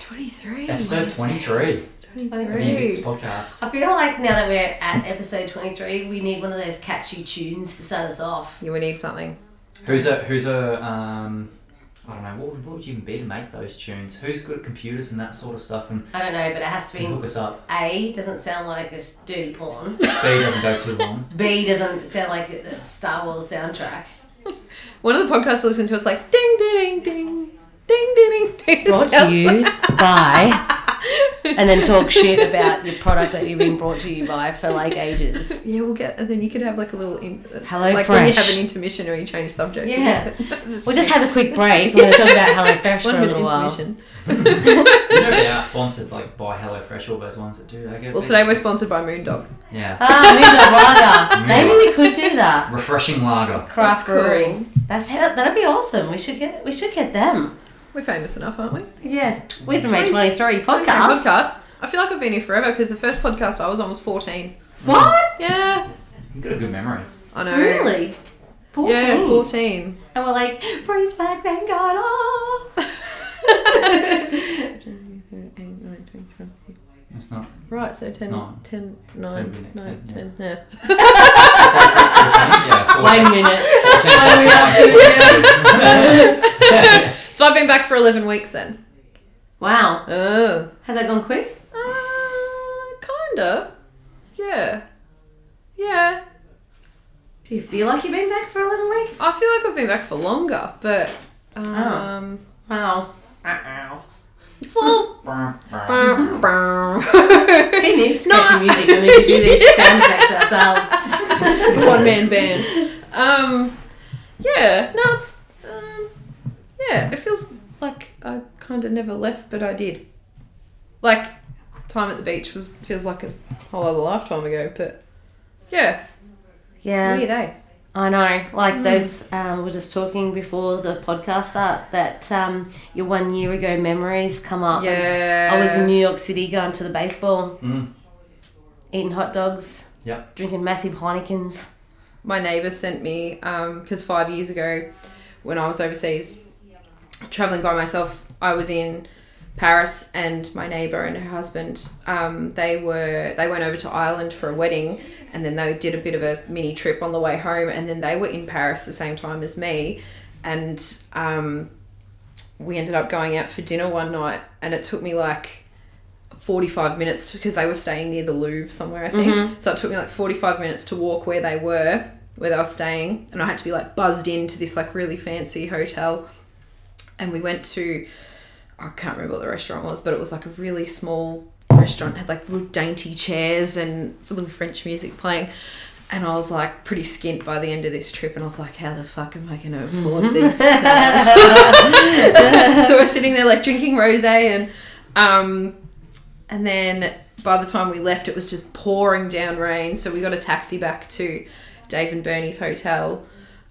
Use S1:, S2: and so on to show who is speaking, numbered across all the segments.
S1: 23.
S2: Episode 23 of
S3: Three.
S2: the Invincible podcast.
S3: I feel like now that we're at episode 23, we need one of those catchy tunes to start us off.
S1: You would need something.
S2: Who's a, who's a, um, I don't know, what would, what would even be to make those tunes? Who's good at computers and that sort of stuff and
S3: I don't know, but it has to
S2: can
S3: be
S2: hook us up?
S3: A, doesn't sound like it's dirty porn.
S2: B doesn't go too long.
S3: B, doesn't sound like it's Star Wars soundtrack.
S1: One of the podcasts I listen to, it's like ding, ding, ding, ding, ding, ding, ding, ding. It
S3: Brought to
S1: sounds
S3: you
S1: like-
S3: by. And then talk shit about the product that you've been brought to you by for like ages.
S1: Yeah, we'll get, and then you could have like a little, in, uh,
S3: Hello
S1: like when you have
S3: Fresh.
S1: an intermission or you change subject.
S3: Yeah.
S1: we'll
S3: We'll just have a quick break. We're going to talk about HelloFresh for a little while.
S2: You know, they are sponsored like by HelloFresh, all those ones that do. They get
S1: Well,
S2: big-
S1: today we're sponsored by Moondog.
S2: Yeah.
S3: Ah, Moondog Lager.
S2: Mm.
S3: Maybe we could do that.
S2: Refreshing lager.
S3: Craft
S1: That's cool.
S3: brewing. That's that'd be awesome. We should get we should get them.
S1: We're famous enough, aren't we?
S3: Yes, t- we've been
S1: Twenty-
S3: made twenty three podcasts.
S1: Podcast. I feel like I've been here forever because the first podcast I was on was 14.
S3: What?
S1: Yeah.
S2: You've got a good memory.
S1: I know.
S3: Really? Fourteen.
S1: Yeah, 14.
S3: And we're like, praise back, thank God. Oh.
S2: It's not.
S1: Right, so 10,
S2: nine.
S1: 10, 9,
S2: Ten,
S1: 9,
S2: yeah.
S1: 10, yeah.
S2: It's
S3: Wait
S2: like 14, yeah, 14,
S3: a minute.
S2: 14 plus nine,
S3: Oh,
S2: sixteen.
S1: So I've been back for 11 weeks then.
S3: Wow.
S1: Oh.
S3: Has that gone quick?
S1: Uh, kinda. Yeah. Yeah.
S3: Do you feel like you've been back for eleven weeks?
S1: I feel like I've been back for longer, but. Um,
S3: Wow. Uh-oh.
S1: Well.
S3: He needs
S1: No,
S3: sketchy
S1: I-
S3: music and we could do these sound effects ourselves.
S1: One man band. Um, yeah. No, it's. Um, yeah, it feels like I kind of never left, but I did. Like, time at the beach was feels like a whole other lifetime ago, but. Yeah.
S3: Yeah.
S1: Weird, eh?
S3: I know, like those. Um, we we're just talking before the podcast start that um, your one year ago memories come up. and
S1: Yeah.
S3: I was in New York City going to the baseball,
S2: Mm.
S3: eating hot dogs,
S2: Yep.
S3: drinking massive Heinekens.
S1: my neighbor sent me because five years ago when i was overseas traveling by myself i was in paris and my neighbor and her husband um, they were they went over to ireland for a wedding and then they did a bit of a mini trip on the way home and then they were in paris the same time as me and um, we ended up going out for dinner one night and it took me like 45 minutes because they were staying near the Louvre somewhere, I think. So it took me like 45 minutes to walk where they were, where they were staying. And I had to be like buzzed into this like really fancy hotel. And we went to, I can't remember what the restaurant was, but it was like a really small restaurant, had like little dainty chairs and little French music playing. And I was like pretty skint by the end of this trip, and I was like, "How the fuck am I going to afford this?" so we're sitting there like drinking rosé, and um, and then by the time we left, it was just pouring down rain. So we got a taxi back to Dave and Bernie's hotel.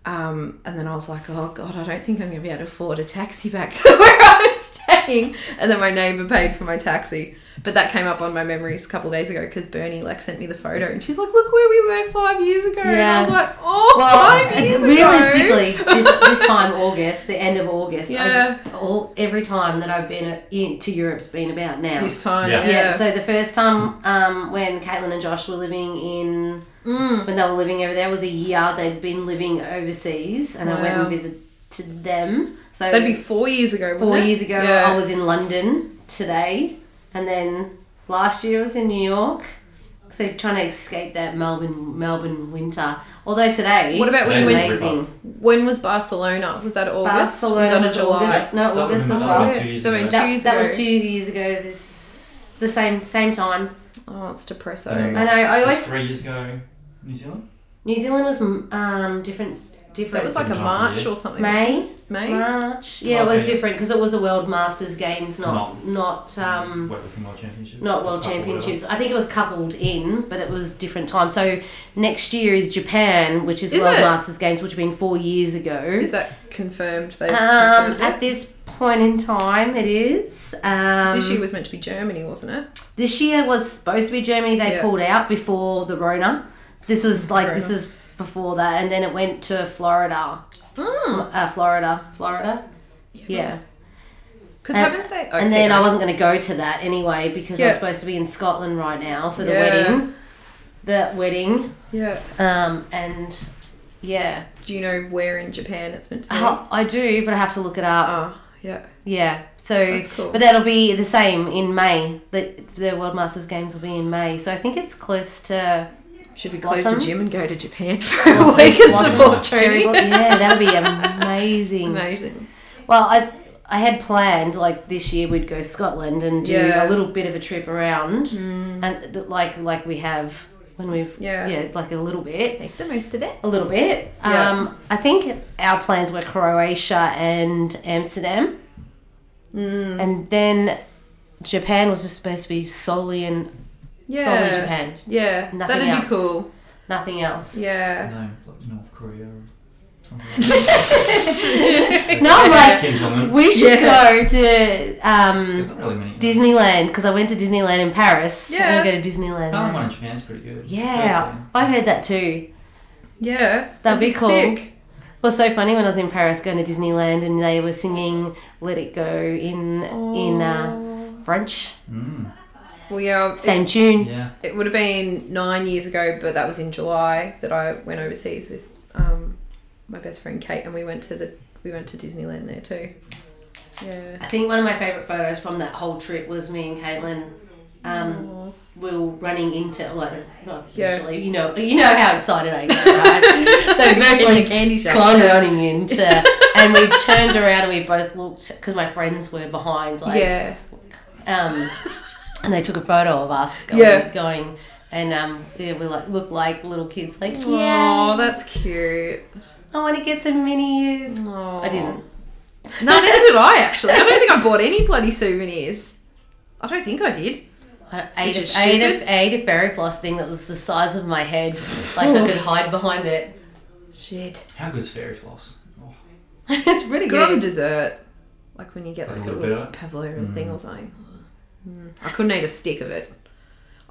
S1: Um, and then I was like, oh God, I don't think I'm going to be able to afford a taxi back to where I'm staying. And then my neighbor paid for my taxi. But that came up on my memories a couple of days ago because Bernie like sent me the photo and she's like, look where we were five years ago. And I
S3: Yeah.
S1: was like, oh,
S3: Well,
S1: five years
S3: realistically,
S1: ago.
S3: this, this time August, the end of August, I was-
S1: Yeah.
S3: all every time that I've been at, in, to Europe's been about now.
S1: this time,
S2: Yeah.
S1: yeah.
S3: yeah. So the first time um, when Caitlin and Josh were living in
S1: Mm.
S3: when they were living over there was a year they'd been living overseas and I went
S1: Wow.
S3: and visited them. So
S1: That'd be four years ago. wouldn't
S3: four
S1: it?
S3: years ago
S1: Yeah.
S3: I was in London today and then last year I was in New York. So trying to escape that Melbourne Melbourne winter. Although today
S1: What about
S3: it's
S1: when you went-
S3: amazing.
S1: When was Barcelona? Was that August? was
S3: Barcelona
S1: that in
S3: was August. No,
S2: So
S3: August as
S2: that
S3: well.
S2: went two years
S1: So in
S2: ago.
S1: two-
S3: That,
S1: years
S3: that
S1: ago.
S3: was two years ago this the same same time.
S1: Oh, it's depresso.
S2: Yeah.
S3: I know, I always
S2: Three years ago, New Zealand?
S3: New Zealand was um, different. Different.
S1: That was like a
S2: Sometime,
S1: March
S2: yeah.
S1: or something.
S3: May,
S1: May?
S3: March. Yeah, it was
S2: Okay.
S3: different because it was a World Masters Games, not not um,
S2: What, the World Championships?
S3: not World
S2: Cup or whatever.
S3: Championships. I think it was coupled in, but it was different time. So next year is Japan, which is,
S1: Is
S3: World
S1: it?
S3: Masters Games, which have been four years ago.
S1: Is that confirmed? They've
S3: um,
S1: confirmed
S3: at
S1: it?
S3: this point in time, it is. Um,
S1: 'Cause this year was meant to be Germany, wasn't it?
S3: This year was supposed to be Germany. They
S1: Yeah.
S3: pulled out before the Rona. This was like this
S1: Rona.
S3: is before that, and then it went to Florida.
S1: Mm.
S3: Uh, Florida, Florida. Yeah.
S1: Because
S3: And-
S1: haven't they?
S3: and then I wasn't going to go to that anyway because I
S1: Yeah.
S3: was supposed to be in Scotland right now for the
S1: Yeah.
S3: wedding. The wedding.
S1: Yeah.
S3: Um, and yeah.
S1: Do you know where in Japan it's meant to be? Oh,
S3: Oh, I do, but I have to look it up.
S1: yeah.
S3: Yeah. So
S1: That's cool.
S3: But that'll be the same in May. The the World Masters Games will be in May. So I think it's close to
S1: Should we close
S3: Blossom?
S1: the gym and go to Japan for a week and
S3: Blossom
S1: support
S3: Cherry Blossom-
S1: training?
S3: Yeah, that'll be amazing.
S1: Amazing.
S3: Well, I I had planned like this year we'd go Scotland and do a
S1: Yeah.
S3: little bit of a trip around, and th- like like we have when we've
S1: Yeah.
S3: yeah like a little bit
S1: Make the most of it.
S3: a little bit.
S1: Yeah.
S3: Um, I think our plans were Croatia and Amsterdam,
S1: Mm.
S3: and then Japan was just supposed to be solely in
S1: Yeah.
S3: solely Japan,
S1: Yeah.
S3: Nothing
S1: That'd
S3: else.
S1: be cool.
S3: nothing else.
S1: Yeah.
S2: No, like North Korea or something.
S3: No, I'm like
S2: Kim Jong-un.
S3: we should
S1: Yeah.
S3: go to um,
S2: There's not really many.
S3: Disneyland because I went to Disneyland in Paris.
S1: Yeah.
S3: I'm gonna go to Disneyland.
S2: Another
S3: now.
S2: one in Japan's pretty good.
S3: Yeah,
S2: Thursday.
S3: I heard that too.
S1: yeah.
S3: That'd be cool.
S1: sick.
S3: It was so funny when I was in Paris going to Disneyland and they were singing "Let It Go" in in uh,
S1: Oh.
S3: French,
S2: Mm,
S1: Well, yeah. it-
S3: same tune.
S2: yeah.
S1: It would have been nine years ago, but that was in July that I went overseas with um, my best friend Kate, and we went to the we went to Disneyland there too. Yeah.
S3: I think one of my favorite photos from that whole trip was me and Caitlin. Um,
S1: Aw.
S3: we were running into like not
S1: Yeah.
S3: usually, you know, you know how excited I get, right? so virtually
S1: It's a candy shop.
S3: gone
S1: yeah.
S3: running into, and we turned around and we both looked because my friends were behind, like
S1: yeah.
S3: um, and they took a photo of us going,
S1: Yeah.
S3: going and um, yeah, we like look like little kids, like
S1: Oh,
S3: yeah,
S1: that's cute.
S3: I want to get some minis.
S1: Aw.
S3: I didn't.
S1: No, neither did I actually. I don't think I bought any bloody souvenirs. I don't think I did.
S3: I ate
S1: Which is
S3: a, I ate,
S1: stupid.
S3: a, I ate a fairy floss thing that was the size of my head, like I could hide behind it.
S1: Shit.
S2: How good's fairy floss? Oh,
S3: it's pretty
S1: It's good on
S3: good.
S1: dessert. Like when you get
S2: Like
S1: like a
S2: a little
S1: little
S2: bit of it?
S1: pavlova thing or something. Mm. I couldn't eat a stick of it.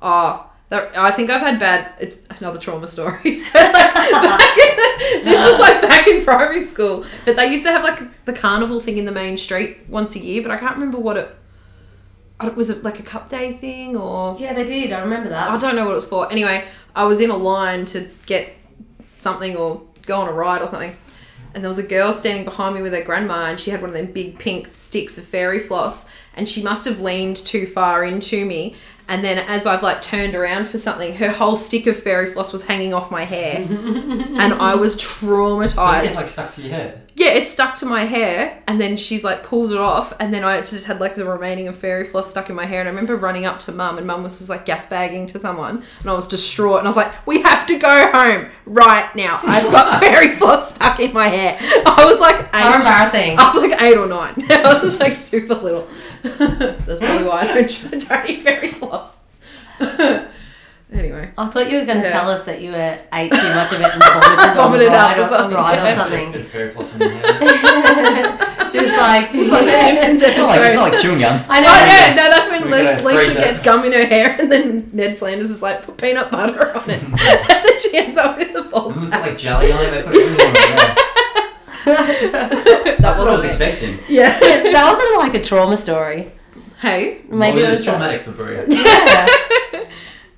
S1: Oh, that, I think I've had bad. It's another trauma story. So like, back in the- this was like back in primary school, but they used to have like the carnival thing in the main street once a year, but I can't remember what it. I don't- Was it like a cup day thing or?
S3: Yeah, they did. I remember that.
S1: I don't know what it was for. Anyway, I was in a line to get something or go on a ride or something. And there was a girl standing behind me with her grandma, and she had one of them big pink sticks of fairy floss. And she must have leaned too far into me. And then, as I've like turned around for something, her whole stick of fairy floss was hanging off my hair. and I was
S2: so it gets like
S1: traumatized.
S2: stuck to your head.
S1: Yeah, it stuck to my hair. And then she's like pulled it off. And then I just had like the remaining of fairy floss stuck in my hair. And I remember running up to mum, and mum was just like gas bagging to someone. And I was distraught. And I was like, we have to go home right now. I've got fairy floss stuck in my hair. I was like eight.
S3: How embarrassing.
S1: I was like eight or nine. I was like super little. That's probably why I don't, I don't eat fairy floss. anyway.
S3: I thought you were going to
S1: Yeah.
S3: tell us that you were ate too much of it and vomited,
S1: Vomited
S3: on a
S1: up
S3: ride
S1: or
S3: or, a
S1: something,
S3: ride
S1: yeah.
S3: or something.
S2: Bit of fairy floss in your hair.
S3: Just like
S1: It's like the Simpsons episode.
S2: like chewing gum.
S3: I know.
S1: Oh yeah, no, that's when
S2: We're
S1: Lisa,
S2: gonna freeze
S1: Lisa
S2: it.
S1: gets gum in her hair, and then Ned Flanders is like, put peanut butter on it, and then she ends up with a bowl.
S2: Remember they put like jelly on it? They put it in the water. Yeah.
S1: That
S2: That's what I was
S1: wasn't it.
S2: expecting.
S1: Yeah.
S3: that wasn't like a trauma story.
S1: Hey,
S3: Maybe
S2: well,
S3: it was a-
S2: traumatic for Bria.
S3: Yeah.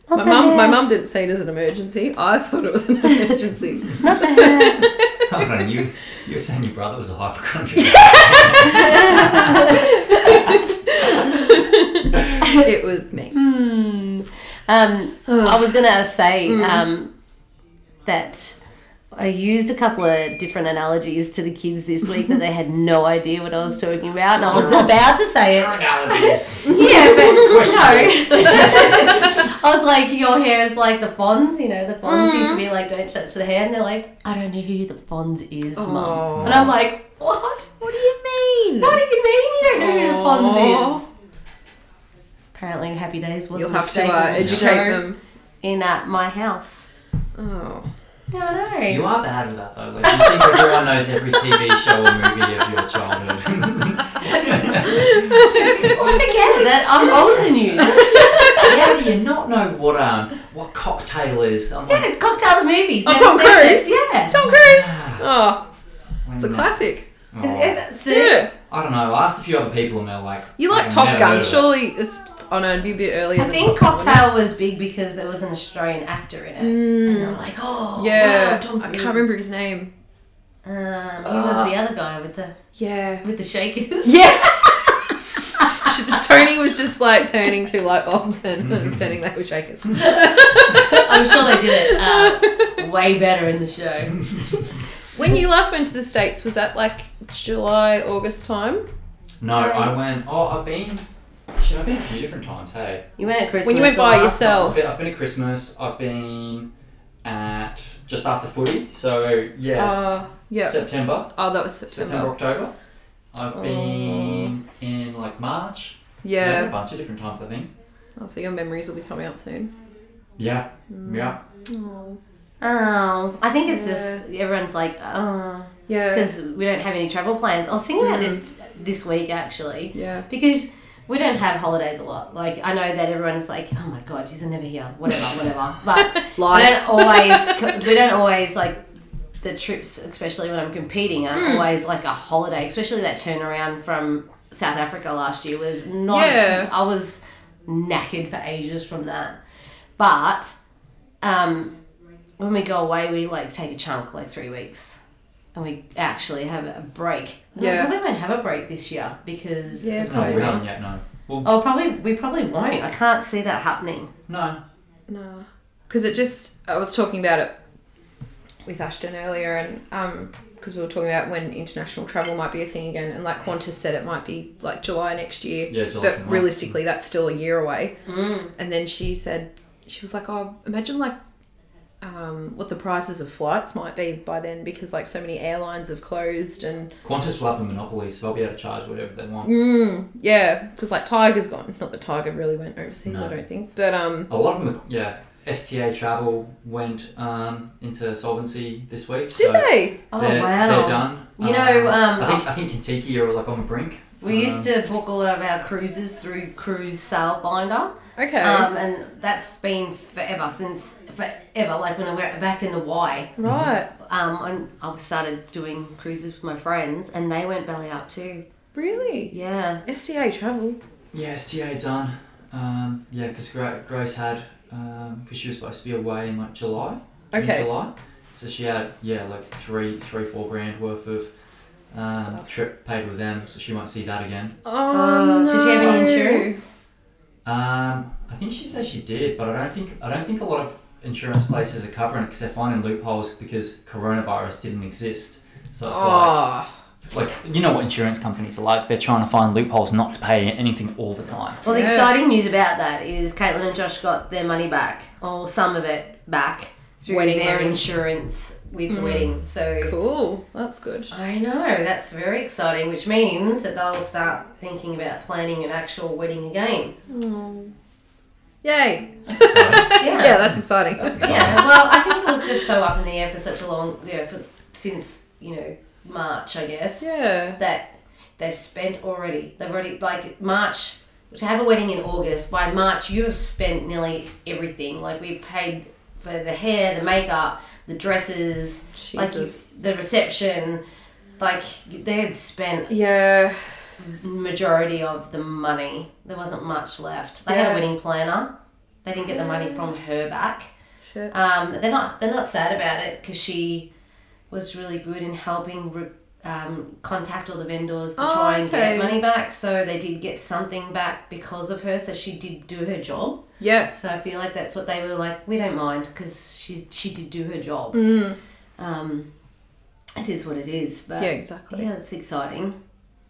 S3: What the
S1: my mum, my
S3: heck?
S1: mum didn't see it as an emergency. I thought it was an emergency.
S3: What the heck?
S2: I don't know, Oh, you, you were saying your brother was a hypochondriac.
S1: it was me. Oh,
S3: Hmm. Um, I was gonna say um, that I used a couple of different analogies to the kids this week that they had no idea what I was talking about, and I was about to say it.
S2: Your analogies.
S3: Yeah, but no.
S2: course.
S3: I was like, your hair is like the Fonz, you know, the Fonz used to be like, don't touch the hair, and they're like, I don't know who the Fonz is, mum.
S1: Oh.
S3: And I'm like, what?
S1: What do you mean?
S3: What do you mean you don't know who the
S1: Aw.
S3: Fonz is? Apparently, Happy Days was
S1: You'll
S3: a
S1: have to
S3: staple
S1: uh,
S3: of the
S1: educate
S3: show
S1: them.
S3: in uh, my house.
S1: Oh,
S3: No, no.
S2: You are bad with that though. Like you think everyone knows every TV show or movie of your childhood.
S3: I get it. That I'm older than you.
S2: How do you not know what um what cocktail is? I'm like,
S3: yeah, cocktail the movies.
S1: Oh,
S3: never
S1: Tom
S3: said
S1: Cruise?
S3: this, Yeah.
S1: Tom Cruise.
S2: ah,
S1: Oh,
S2: wait
S1: it's a
S2: minute.
S1: classic.
S2: Oh.
S3: It- it- so-
S1: Yeah.
S2: I don't know. I asked a few other people and they're like,
S1: You like
S2: "I've
S1: Top
S2: never
S1: Gun?
S2: heard of it."
S1: Surely it's. Oh no, it'd be a bit earlier.
S3: I
S1: than
S3: think
S1: Top Gun, wouldn't
S3: Cocktail was big because there was an Australian actor in it, and they were like, "Oh,
S1: it? Mm. Yeah,
S3: wow, Tom
S1: I
S3: Cruise."
S1: can't remember his name.
S3: Um, he was the other guy with the
S1: Yeah,
S3: with the shakers.
S1: yeah. She was- Tony was just like turning two light bulbs and pretending they were shakers.
S3: I'm sure they did it uh, way better in the show.
S1: When you last went to the states, was that like July, August time?
S2: No, I went. Oh, I've been. Shit, I've been a few different times. Hey,
S3: You went at Christmas.
S1: When you went
S3: the
S1: by
S3: last
S1: yourself.
S2: I've been, I've been at Christmas. I've been at just after footy. So yeah,
S1: Uh, yeah.
S2: September,
S1: oh, that was September.
S2: September, October. I've
S1: Oh.
S2: been in like March.
S1: Yeah.
S2: a bunch of different times. I think.
S1: Oh, so your memories will be coming up soon.
S2: Yeah,
S1: Mm.
S2: yeah.
S3: time. Oh, I think it's
S1: Yeah.
S3: just everyone's like, oh,
S1: Yeah. Mm.
S3: because we don't have any travel plans. I was thinking about this this week actually.
S1: Yeah.
S3: because we don't have holidays a lot. Like I know that everyone's like, "Oh my god, she's never here." Whatever, whatever. But we
S1: Lies.
S3: don't always. We don't always like the trips, especially when I'm competing, are
S1: Hmm.
S3: always like a holiday. Especially that turnaround from South Africa last year was not.
S1: Yeah.
S3: I was knackered for ages from that, but um, when we go away, we like take a chunk, like three weeks. And we actually have a break. No,
S1: Yeah.
S3: We probably won't have a break this year because
S1: Yeah,
S3: of
S2: No, we
S3: COVID.
S2: haven't yet. No. Well,
S3: Oh, probably we probably won't. I can't see that happening.
S2: no.
S1: No, because it just I was talking about it with Ashton earlier, and um, because we were talking about when international travel might be a thing again, and like Qantas said, it might be like July next year.
S2: Yeah, July.
S1: But
S2: tomorrow.
S1: realistically, that's still a year away. Mm. And then she said, she was like, "Oh, imagine like." Um, what the prices of flights might be by then because like so many airlines have closed and
S2: Qantas will have a monopoly, so they'll be able to charge whatever they want.
S1: yeah because like Tiger's gone not that Tiger really went overseas
S2: No.
S1: I don't think but um
S2: A lot of them, yeah. STA Travel went um, into solvency this week.
S1: did
S2: so
S1: they
S3: Oh
S2: they're,
S3: wow!
S2: They're done.
S3: You know, um,
S2: I think I think Kentucky are like on the brink. Um,
S3: We
S1: Uh-huh.
S3: used to book all of our cruises through Cruise Sail Binder,
S1: okay
S3: um, and that's been forever since forever. Like when I went back in the Y,
S1: right
S3: um, and I started doing cruises with my friends, and they went belly up too.
S1: really
S3: Yeah,
S1: STA travel
S2: Yeah, STA done. Um, yeah, because Grace had because she was supposed to be away in like July. in
S1: Okay.
S2: July, so she had yeah like three three four grand worth of um,
S1: Stuff.
S2: trip paid with them, so she won't see that again.
S1: Oh,
S3: Uh, did she have any
S1: no.
S3: insurance?
S2: Um, I think she says she did, but I don't think I don't think a lot of insurance places are covering it because they're finding loopholes because coronavirus didn't exist. So it's
S1: Oh,
S2: like, like you know what insurance companies are like. They're trying to find loopholes not to pay anything all the time.
S3: Well, the
S1: Yeah.
S3: exciting news about that is Caitlin and Josh got their money back, or some of it back, through
S1: Wedding
S3: their
S1: money. Mm-hmm.
S3: insurance with the wedding. So
S1: cool. That's good.
S3: I know, that's very exciting, which means that they'll start thinking about planning an actual wedding again.
S1: Yay.
S2: So,
S3: Yeah.
S1: Yeah, that's exciting.
S3: Yeah, well, I think it was just so up in the air for such a long, you know, for, since, you know, March, I guess,
S1: yeah.
S3: that they've spent already. They've already, like, March, to have a wedding in August, by March, you have spent nearly everything. Like, we've paid for the hair, the makeup, the dresses, like, you-
S1: Jesus.
S3: the reception. Like, they had spent
S1: yeah.
S3: majority of the money. There wasn't much left. They had
S1: Yeah.
S3: a wedding planner. They didn't get the money from her back.
S1: Shit.
S3: Um, they're not they're not sad about it because she was really good in helping re- um, contact all the vendors to
S1: Oh,
S3: try and
S1: okay.
S3: get money back. So they did get something back because of her. So she did do her job.
S1: Yeah.
S3: So I feel like that's what they were like. We don't mind because she she did do her job. Um, it is what it is. But
S1: Mm. Yeah, exactly.
S3: Yeah, it's exciting.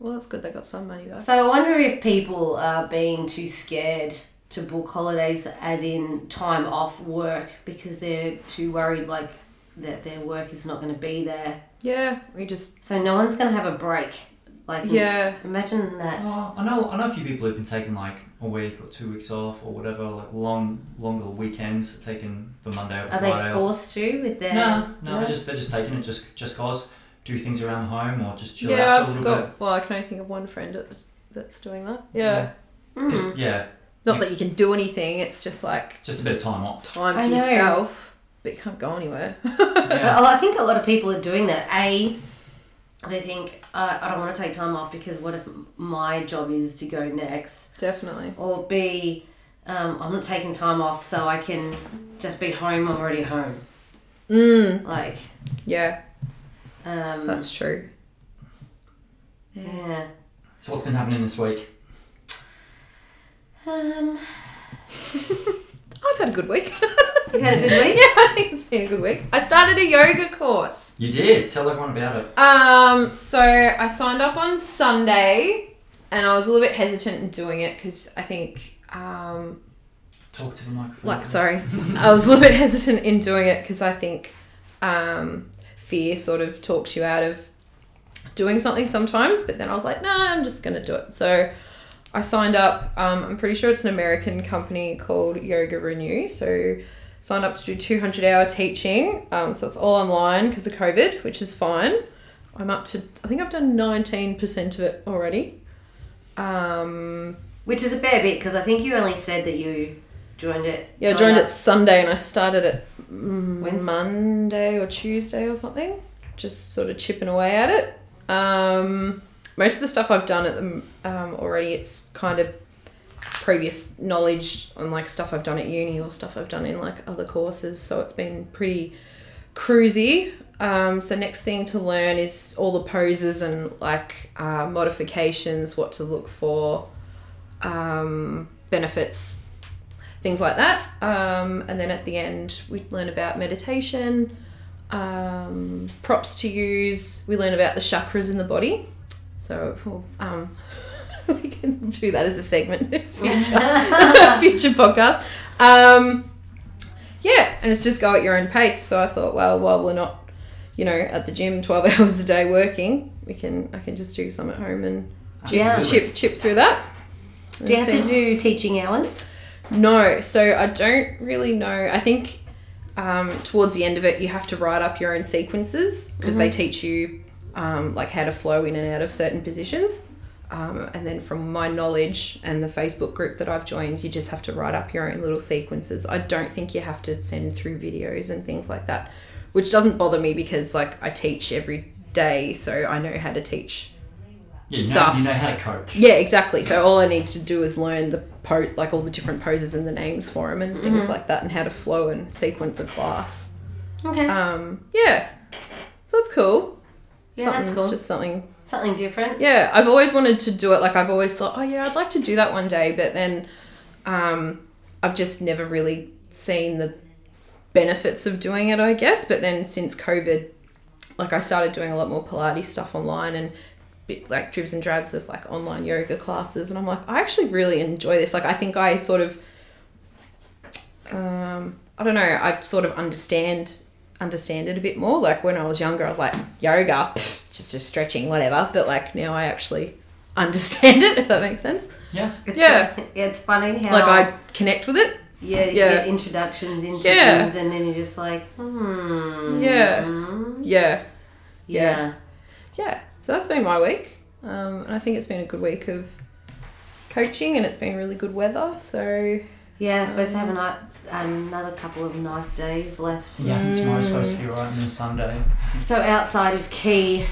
S1: Well, that's good. They got some money back.
S3: So I wonder if people are being too scared to book holidays, as in time off work, because they're too worried, like that their work is not going to be there.
S1: Yeah. We just.
S3: So no one's going to have a break. Like
S1: Yeah.
S3: imagine that.
S2: Oh, I know I know a few people who've been taking like a week or two weeks off or whatever, like long longer weekends, taking the Monday or
S3: Are
S2: Friday.
S3: they
S2: off.
S3: forced to with their?
S2: No, no,
S3: work?
S2: they're just they're just taking it just just cause do things around home or just chill
S1: yeah,
S2: out for a
S1: I've
S2: little
S1: got.
S2: bit.
S1: Well, I can only think of one friend at, that's doing that. Yeah.
S2: 'Cause,
S3: Mm.
S2: Yeah,
S1: Not that you can do anything. It's just like
S2: just a bit of time off.
S1: time
S3: I
S1: for
S3: know.
S1: yourself, but you can't go anywhere.
S2: Yeah.
S3: But I think a lot of people are doing that. A, they think uh, I don't want to take time off because what if my job is to go next,
S1: Definitely.
S3: or B, um, I'm not taking time off so I can just be home. I'm already home.
S1: Mm.
S3: Like,
S1: Yeah,
S3: um,
S1: that's true.
S3: yeah.
S2: So what's been happening this week?
S3: Um,
S1: I've had a good week.
S3: you had a good week.
S1: yeah, I think it's been a good week. I started a yoga course.
S2: You did. Tell everyone about it.
S1: Um, so I signed up on Sunday, and I was a little bit hesitant in doing it because I think, um,
S2: Talk to the microphone.
S1: like, sorry, I was a little bit hesitant in doing it because I think um, fear sort of talks you out of doing something sometimes. But then I was like, nah, I'm just gonna do it. So I signed up. Um, I'm pretty sure it's an American company called Yoga Renew. So signed up to do 200 hour teaching. Um, so it's all online because of COVID, which is fine. I'm up to, I think I've done 19% of it already. Um,
S3: Which is a fair bit because I think you only said that you joined it.
S1: yeah, I joined
S3: up-
S1: it Sunday and I started it mm,
S3: Wednesday?
S1: Monday or Tuesday or something. Just sort of chipping away at it. Um, most of the stuff I've done at the um, already, it's kind of previous knowledge on like stuff I've done at uni or stuff I've done in like other courses. So it's been pretty cruisy. Um, so next thing to learn is all the poses and like uh, modifications, what to look for, um, benefits, things like that. Um, and then at the end, we learn about meditation, um, props to use. We learn about the chakras in the body. So we'll, um, we can do that as a segment in future, future podcast. Um, yeah, and it's just go at your own pace. So I thought, well, while we're not, you know, at the gym twelve hours a day working, we can I can just do some at home and
S3: Yeah.
S2: Absolutely.
S1: chip chip through that.
S3: Do you
S1: And
S3: have to
S1: see-
S3: do teaching hours?
S1: no, so I don't really know. I think um, towards the end of it, you have to write up your own sequences because they teach you um, like how to flow in and out of certain positions. Um, and then from my knowledge and the Facebook group that I've joined, you just have to write up your own little sequences. I don't think you have to send through videos and things like that, which doesn't bother me because like I teach every day, so I know how to teach
S2: Yeah, you
S1: Stuff.
S2: Know, you know how to coach.
S1: yeah, exactly. So all I need to do is learn the po- like all the different poses and the names for them and
S3: Mm-hmm.
S1: things like that, and how to flow and sequence a class.
S3: Okay.
S1: Um, yeah, so that's cool.
S3: yeah, that's
S1: Something-
S3: cool.
S1: Just something
S3: Something different.
S1: yeah, I've always wanted to do it. Like I've always thought, oh yeah, I'd like to do that one day, but then um, I've just never really seen the benefits of doing it, I guess. But then since COVID, like I started doing a lot more Pilates stuff online and bit like dribs and drabs of like online yoga classes, and I'm like, I actually really enjoy this. Like I think I sort of, um, I don't know, I sort of understand understand it a bit more. Like when I was younger, I was like, yoga, pff, just just stretching, whatever. But like now, I actually understand it. If that makes sense.
S2: Yeah.
S3: It's,
S1: Yeah.
S3: It's funny how
S1: Like I connect with it.
S3: yeah, you
S1: yeah.
S3: get introductions into
S1: Yeah.
S3: things and then you're just like, hmm.
S1: Yeah.
S3: hmm,
S1: Yeah,
S3: Yeah.
S1: yeah. So that's been my week, um, and I think it's been a good week of coaching, and it's been really good weather. So
S3: Yeah, I'm supposed to have a night, another couple of nice days left.
S2: Yeah, I think tomorrow's supposed to be right, and then Sunday.
S3: So outside is key.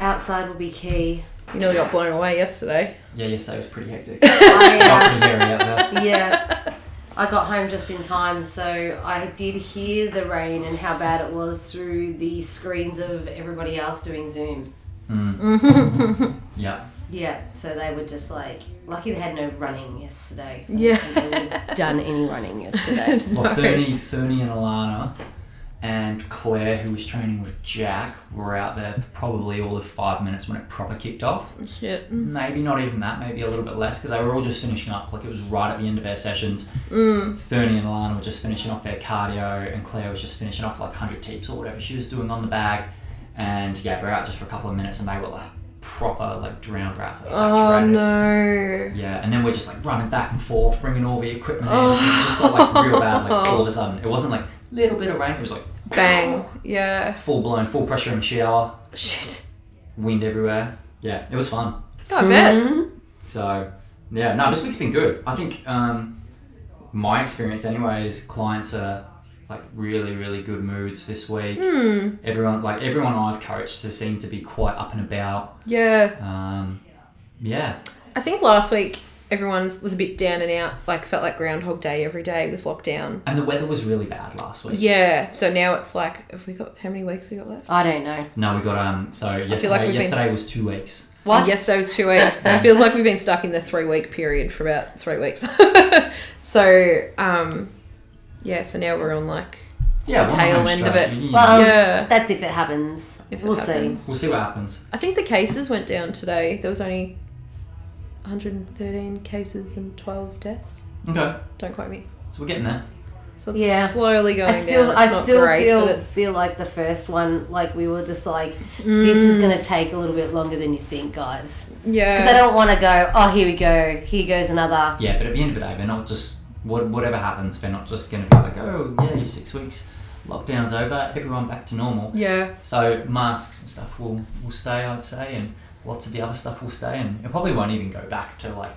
S3: Outside will be key.
S1: you nearly got blown away yesterday.
S2: Yeah, yesterday was pretty hectic.
S3: I,
S2: Not pretty hairy out there.
S3: uh, yeah. I got home just in time, so I did hear the rain and how bad it was through the screens of everybody else doing Zoom.
S2: Mm. Yeah.
S3: Yeah, so they were just like, lucky they had no running yesterday. 'cause I
S1: Yeah.
S3: don't think they would've done any running yesterday.
S2: Well,
S1: No.
S2: Thurnie, Thurnie and Alana and Claire, who was training with Jack, were out there for probably all of five minutes when it proper kicked off.
S1: Shit.
S2: Maybe not even that, maybe a little bit less, because they were all just finishing up. Like, it was right at the end of their sessions.
S1: Mm.
S2: Thurnie and Alana were just finishing off their cardio, and Claire was just finishing off like 100 tips or whatever she was doing on the bag. And yeah, we were out just for a couple of minutes, and they were like proper, like drowned rats, like
S1: Oh
S2: saturated.
S1: no.
S2: Yeah, and then we're just like running back and forth, bringing all the equipment in. It just got like real bad, like all of a sudden. It wasn't like little bit of rain. It was like
S1: Bang. Yeah.
S2: full blown, full pressure in the shower,
S1: Shit.
S2: wind everywhere. Yeah, it was fun.
S1: Yeah, I
S3: Mm-hmm.
S1: bet.
S2: So yeah, no, this week's been good. I think um, my experience anyway is clients are like really really good moods this week.
S1: Mm,
S2: Everyone like everyone I've coached has seemed to be quite up and about.
S1: yeah.
S2: Um, yeah,
S1: I think last week everyone was a bit down and out, like felt like Groundhog Day every day with lockdown.
S2: and the weather was really bad last week.
S1: Yeah. So now it's like, have we got how many weeks we got left?
S3: I don't know.
S2: No, we got um. So yesterday,
S1: like we've been-
S2: yesterday was two weeks.
S3: What?
S1: Yes, so it was two weeks. it feels like we've been stuck in the three week period for about three weeks. so, um, yeah, so now we're on like,
S2: Yeah,
S1: The
S2: one
S1: tail
S2: home
S1: end of
S2: straight.
S1: it.
S2: You- you-
S3: Well- Um,
S1: yeah.
S3: That's if it happens.
S1: If it
S3: we'll
S1: happens.
S3: see.
S2: we'll see what happens.
S1: I think the cases went down today. There was only 113 cases and 12 deaths.
S2: Okay,
S1: Don't quote me.
S2: so we're getting there.
S1: So it's
S3: Yeah.
S1: slowly going
S3: I still,
S1: down. It's
S3: I
S1: not
S3: still
S1: great, but
S3: feel
S1: it's,
S3: feel like the first one, like we were just like, this is
S2: Mm.
S3: going to take a little bit longer than you think, guys. Because I
S1: Mm. yeah.
S3: don't want to go. Oh, here we go. Here goes another.
S2: Yeah, but at the end of the day, we're not just what whatever happens. We're not just going to be like, oh yeah, your six weeks lockdown's over, everyone back to normal.
S1: Yeah.
S2: So masks and stuff will will stay, I'd say, and lots of the other stuff will stay, and it probably won't even go back to like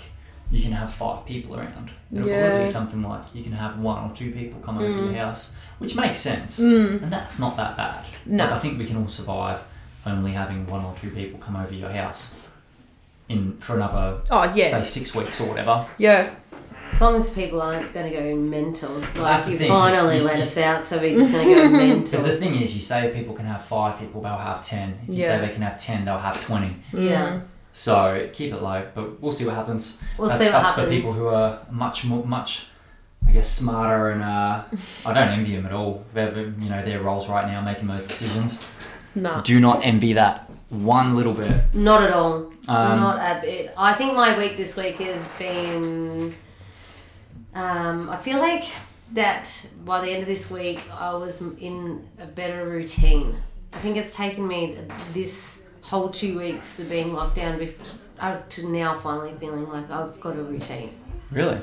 S2: you can have five people around. It'll probably
S1: Yeah.
S2: be something like you can have one or two people come over to your house, which makes sense,
S1: Mm.
S2: and that's not that bad.
S1: No.
S2: Like, I think we can all survive only having one or two people come over your house in for another
S1: Oh,
S2: say
S1: yeah.
S2: six weeks or whatever.
S1: Yeah.
S3: As long as people aren't going to go mental. Like
S2: that's the
S3: you
S2: thing,
S3: finally
S2: it's-
S3: let
S2: it's-
S3: us out, so we're just going to go mental.
S2: Because the thing is, you say people can have five people, they'll have ten. If you
S1: Yeah.
S2: say they can have ten, they'll have twenty.
S3: Yeah.
S1: Mm.
S2: So keep it low, but we'll see what happens.
S3: We'll
S2: that's
S3: see what
S2: that's
S3: happens.
S2: for people who are much more, much, I guess, smarter and uh, I don't envy them at all. They're, the- you know, their roles right now making those decisions.
S3: Oh.
S1: Nah.
S2: Do not envy that one little bit.
S3: Not at all.
S2: Um,
S3: Not a bit. I think my week this week has been. Um, I feel like that by the end of this week, I was in a better routine. I think it's taken me this whole two weeks of being locked down bef- up to now finally feeling like I've got a routine.
S2: Really?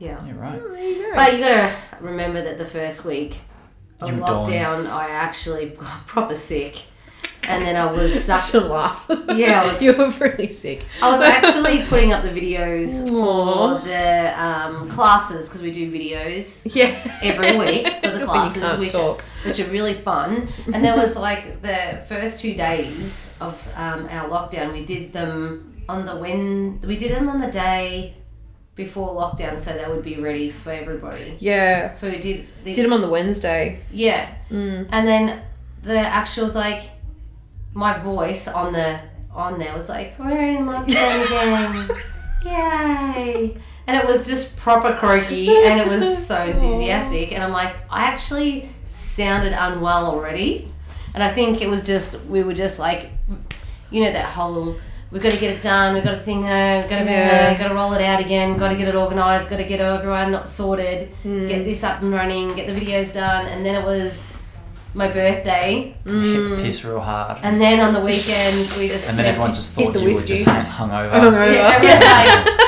S3: Yeah.
S2: You're right.
S1: Oh, there you go.
S3: But you gotta remember that the first week of
S2: You were
S3: lockdown, I actually got proper sick. And then I was stuck.
S1: Such a laugh.
S3: Yeah, I was-
S1: you were really sick.
S3: I was actually putting up the videos
S1: Aw.
S3: for the um, classes because we do videos
S1: Yeah.
S3: every week for
S1: When
S3: the
S1: you
S3: classes,
S1: can't
S3: which are,
S1: talk.
S3: which are really fun. And there was like the first two days of um, our lockdown, we did them on the when we did them on the day before lockdown, so they would be ready for everybody.
S1: Yeah.
S3: So we did the,
S1: Did them on the Wednesday.
S3: yeah,
S1: Mm.
S3: and then the actuals like my voice on the on there was like we're in lockdown again
S1: Oh,
S3: yay and it was just proper croaky and it was so enthusiastic and i'm like i actually sounded unwell already and i think it was just we were just like you know that whole we've got to get it done we've got to thing home we've got to
S1: Yeah.
S3: got to roll it out again got to get it organized got to get everyone sorted
S1: Mm.
S3: get this up and running get the videos done and then it was my birthday
S1: Mm.
S2: Piss real hard.
S3: and then on the weekend we just
S2: And then everyone just
S1: Hit
S2: thought
S1: the
S2: you were
S1: whiskey.
S2: just hung- hungover.
S1: Hungover.
S3: Yeah, everyone's
S1: Yeah.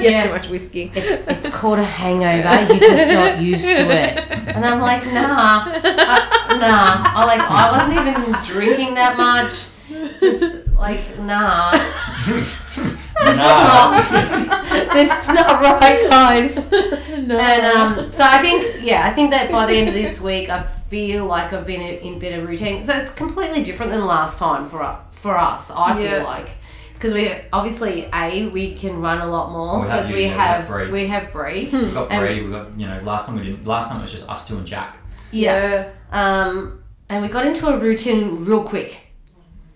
S1: You
S3: Yeah.
S1: have too much whiskey.
S3: it's, it's called a hangover. You're just not used to it. And I'm like, nah, I, nah. I like, I wasn't even drinking that much. It's like, nah, this is not, this is not right, guys.
S1: no.
S3: And um, so I think, yeah, I think that by the end of this week, I feel like I've been in better routine. So it's completely different than last time for us. For us, I
S1: Yeah.
S3: feel like because we obviously a we can run a lot more
S2: We have
S3: because
S2: you,
S3: we
S2: we have
S3: have
S2: Bree.
S3: we have Bree.
S2: We've got
S3: And-
S2: Bree, we've got, you know, last time we didn't, last time it was just us two and Jack.
S3: yeah.
S1: yeah.
S3: Um, and we got into a routine real quick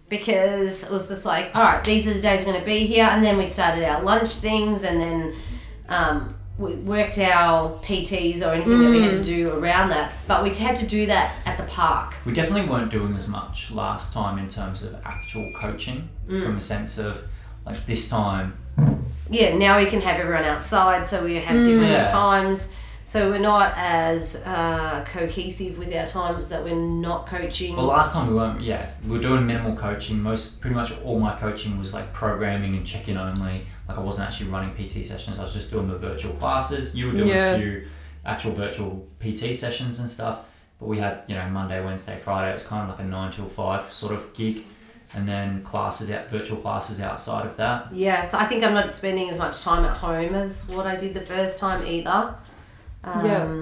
S3: because it was just like, all right, these are the days we're going to be here. And then we started our lunch things and then um, we worked our PTs or anything that we had to do around that. But we had to do that at the park.
S2: We definitely weren't doing as much last time in terms of actual coaching, from a sense of like this time.
S3: Yeah, now we can have everyone outside, so we have different
S2: Yeah.
S3: times. So we're not as uh, cohesive with our times that we're not coaching.
S2: Well, last time we weren't. Yeah, we were doing minimal coaching. Most, pretty much all my coaching was like programming and check-in only. Like I wasn't actually running PT sessions. I was just doing the virtual classes. You were doing
S1: Yeah.
S2: a few actual virtual PT sessions and stuff. But we had you know Monday, Wednesday, Friday. It was kind of like a nine till five sort of gig, and then classes out, virtual classes outside of that.
S3: Yeah, so I think I'm not spending as much time at home as what I did the first time either. Um,
S1: Yeah.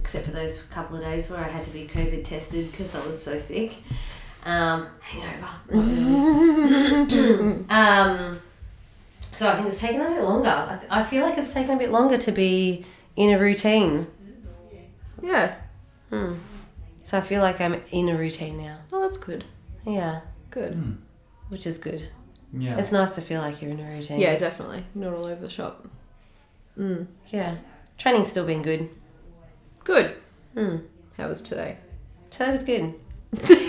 S3: except for those couple of days where I had to be COVID tested because I was so sick. Um, hangover. not really. um, so I think it's taken a bit longer. I, th- I feel like it's taken a bit longer to be in a routine.
S1: Yeah.
S3: So I feel like I'm in a routine now.
S1: Oh, that's good.
S3: Yeah,
S1: Good.
S3: which is good.
S2: Yeah.
S3: It's nice to feel like you're in a routine.
S1: Yeah, definitely. Not all over the shop. Mm.
S3: Yeah. Training's still been good.
S1: Good.
S3: Hmm.
S1: How was today?
S3: So that was good.